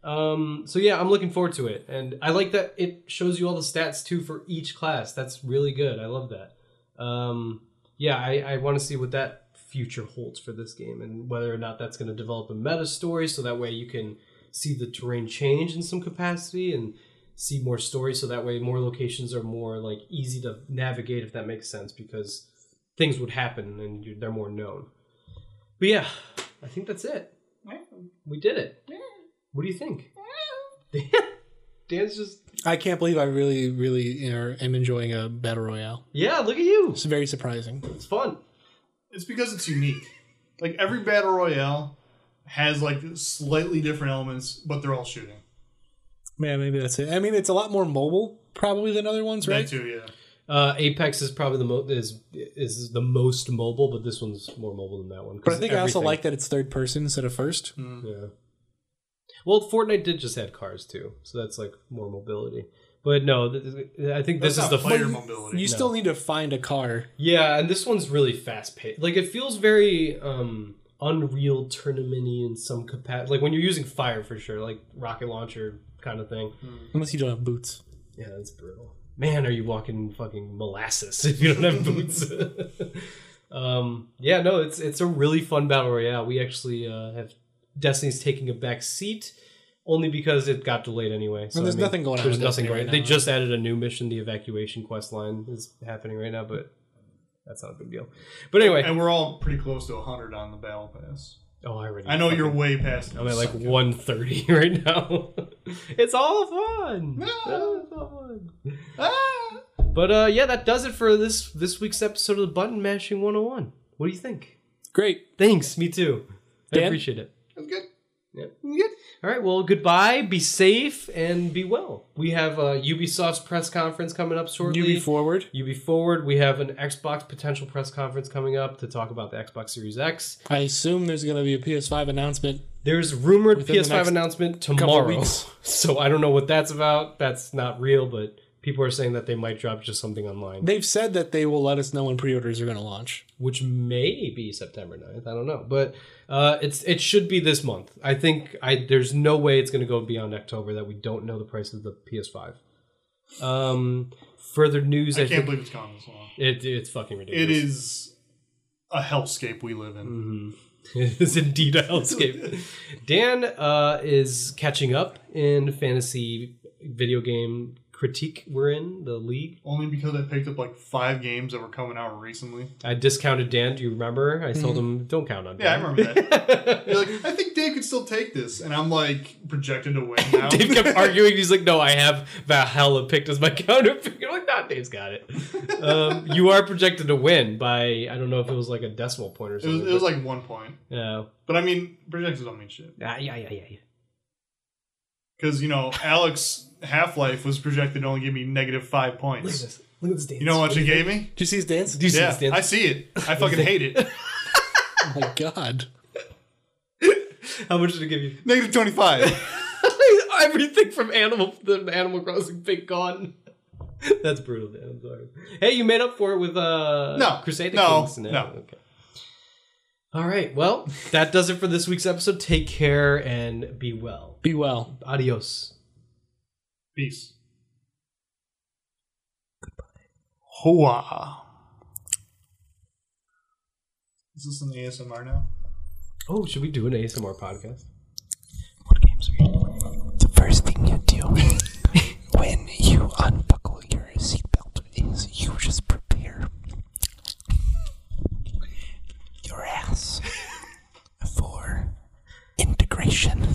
[SPEAKER 1] Um, so yeah, I'm looking forward to it, and I like that it shows you all the stats too for each class. That's really good. I love that. Um, yeah, I, I want to see what that future holds for this game and whether or not that's going to develop a meta story, so that way you can see the terrain change in some capacity and see more stories. So that way, more locations are more like easy to navigate, if that makes sense, because things would happen and you, they're more known. But yeah, I think that's it. We did it. What do you think? Dan's just
[SPEAKER 2] I can't believe I really, really you know, am enjoying a battle royale.
[SPEAKER 1] yeah. Look at you.
[SPEAKER 2] It's very surprising.
[SPEAKER 1] It's fun.
[SPEAKER 3] It's because it's unique. Like every battle royale has like slightly different elements, but they're all shooting.
[SPEAKER 2] Man, maybe that's it. I mean, it's a lot more mobile probably than other ones,
[SPEAKER 3] That
[SPEAKER 2] right?
[SPEAKER 3] too, yeah.
[SPEAKER 1] Uh, Apex is probably the mo- is is the most mobile, but this one's more mobile than that one. 'cause
[SPEAKER 2] But I think I also
[SPEAKER 1] everything-
[SPEAKER 2] like that it's third person instead of first.
[SPEAKER 1] Yeah. Well, Fortnite did just add cars too, so that's like more mobility. But no, th- th- I think
[SPEAKER 3] That's
[SPEAKER 1] this is
[SPEAKER 3] not
[SPEAKER 1] the
[SPEAKER 3] player
[SPEAKER 1] fir-
[SPEAKER 3] mobility.
[SPEAKER 2] You still need to find a car.
[SPEAKER 1] Yeah, and this one's really fast paced. Like it feels very um Unreal tournamenty in some capacity. Like when you're using fire for sure, like rocket launcher kind of thing.
[SPEAKER 2] Unless you don't have boots.
[SPEAKER 1] Yeah, that's brutal. Man, are you walking fucking molasses if you don't have boots? um, yeah, no, it's it's a really fun battle royale. We actually uh, have Destiny's taking a back seat only because it got delayed anyway. So I
[SPEAKER 2] there's
[SPEAKER 1] mean,
[SPEAKER 2] nothing going on
[SPEAKER 1] There's
[SPEAKER 2] with
[SPEAKER 1] nothing
[SPEAKER 2] Destiny
[SPEAKER 1] right.
[SPEAKER 2] right
[SPEAKER 1] They
[SPEAKER 2] now.
[SPEAKER 1] just added a new mission. The evacuation quest line is happening right now, but that's not a big deal. But anyway,
[SPEAKER 3] and we're all pretty close to 100 on the battle pass.
[SPEAKER 1] oh, I already.
[SPEAKER 3] I know you're
[SPEAKER 1] fucking-
[SPEAKER 3] way past.
[SPEAKER 1] I'm at like 130 right now. it's all fun. It's all fun.
[SPEAKER 3] Ah!
[SPEAKER 1] But uh, yeah, that does it for this this week's episode of the Button Mashing 101. What do you think?
[SPEAKER 2] Great.
[SPEAKER 1] Thanks, me too. I
[SPEAKER 2] Dan?
[SPEAKER 1] appreciate it.
[SPEAKER 3] That's good.
[SPEAKER 1] All right, well, goodbye. Be safe and be well. We have uh, Ubisoft's press conference coming up shortly.
[SPEAKER 2] You be forward.
[SPEAKER 1] UB Forward. We have an Xbox potential press conference coming up to talk about the Xbox Series X.
[SPEAKER 2] I assume there's going to be a PS5 announcement.
[SPEAKER 1] There's rumored
[SPEAKER 2] Within the
[SPEAKER 1] PS5
[SPEAKER 2] next
[SPEAKER 1] announcement tomorrow.
[SPEAKER 2] weeks.
[SPEAKER 1] So I don't know what that's about. That's not real, but people are saying that they might drop just something online.
[SPEAKER 2] They've said that they will let us know when pre-orders are going to launch.
[SPEAKER 1] which may be September 9th. I don't know, but uh, it's it should be this month. I think I there's no way it's going to go beyond October that we don't know the price of the PS5. Um, further news, I,
[SPEAKER 3] I can't
[SPEAKER 1] think
[SPEAKER 3] believe it's gone this long.
[SPEAKER 1] it, it's fucking ridiculous.
[SPEAKER 3] It is a hellscape we live in.
[SPEAKER 1] It is indeed a hellscape. Dan uh, is catching up in fantasy video game critique. We're in the league.
[SPEAKER 3] Only because I picked up like five games that were coming out recently.
[SPEAKER 1] I discounted Dan. Do you remember? I told him don't count on. Dan.
[SPEAKER 3] Mm-hmm. Yeah, I remember that. You're like, I think Dave could still take this, and I'm like projected to win now.
[SPEAKER 1] Dave kept arguing. He's like, "No, I have Valhalla picked as my counter pick." I'm like, "Nah, Dave's got it." Um, you are projected to win by I don't know if it was like a decimal point or
[SPEAKER 3] it,
[SPEAKER 1] something.
[SPEAKER 3] was, it was like one point,
[SPEAKER 1] but, uh,
[SPEAKER 3] but I mean projected don't mean shit
[SPEAKER 1] yeah, yeah, yeah, yeah. yeah.
[SPEAKER 3] because you know Alex Half Life was projected to only give me negative five
[SPEAKER 1] Look at
[SPEAKER 3] points.
[SPEAKER 1] this. Look at this dance.
[SPEAKER 3] You know what she gave me?
[SPEAKER 2] Do you see his dance?
[SPEAKER 1] Do you see
[SPEAKER 3] Yeah,
[SPEAKER 1] this dance?
[SPEAKER 3] I see it. I fucking hate it.
[SPEAKER 2] Oh my god.
[SPEAKER 1] How much did it give you?
[SPEAKER 3] Negative twenty five.
[SPEAKER 1] Everything from Animal the Animal Crossing pick gone. That's brutal, Dan. I'm sorry. Hey, you made up for it with uh
[SPEAKER 3] No.
[SPEAKER 1] Crusader
[SPEAKER 3] No.
[SPEAKER 1] Kings.
[SPEAKER 3] No.
[SPEAKER 1] Okay. All right. Well, that does it for this week's episode. Take care and be well.
[SPEAKER 2] Be well.
[SPEAKER 1] Adios.
[SPEAKER 3] Peace. Hoa. Is this an ASMR now?
[SPEAKER 1] Oh, should we do an ASMR podcast?
[SPEAKER 5] The first thing you do when you unbuckle your seatbelt is you just prepare your ass for integration.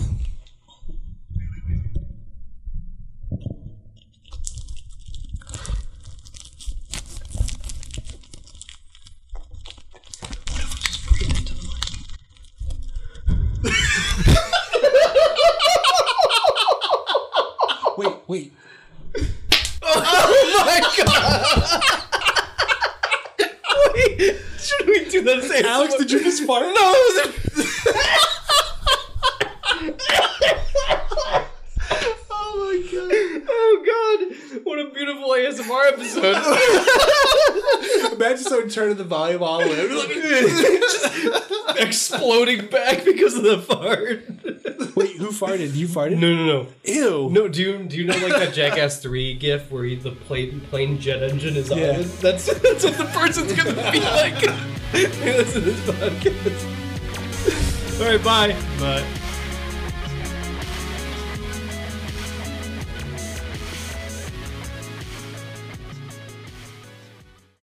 [SPEAKER 2] Wait, wait.
[SPEAKER 1] Should we do that same?
[SPEAKER 2] Alex, did you just fart?
[SPEAKER 1] No, it was
[SPEAKER 3] Oh my god.
[SPEAKER 1] Oh god! What a beautiful ASMR episode.
[SPEAKER 2] Imagine someone turning the volume all the way. up.
[SPEAKER 1] Exploding back because of the fart.
[SPEAKER 2] Wait, who farted? You farted?
[SPEAKER 1] No, no, no,
[SPEAKER 2] Ew.
[SPEAKER 1] no. Do you do you know like that Jackass Three GIF where he, the plane plane jet engine is on?
[SPEAKER 2] Yeah.
[SPEAKER 1] him? That's that's what the person's gonna be like. Listen to this podcast. All right, bye. Bye.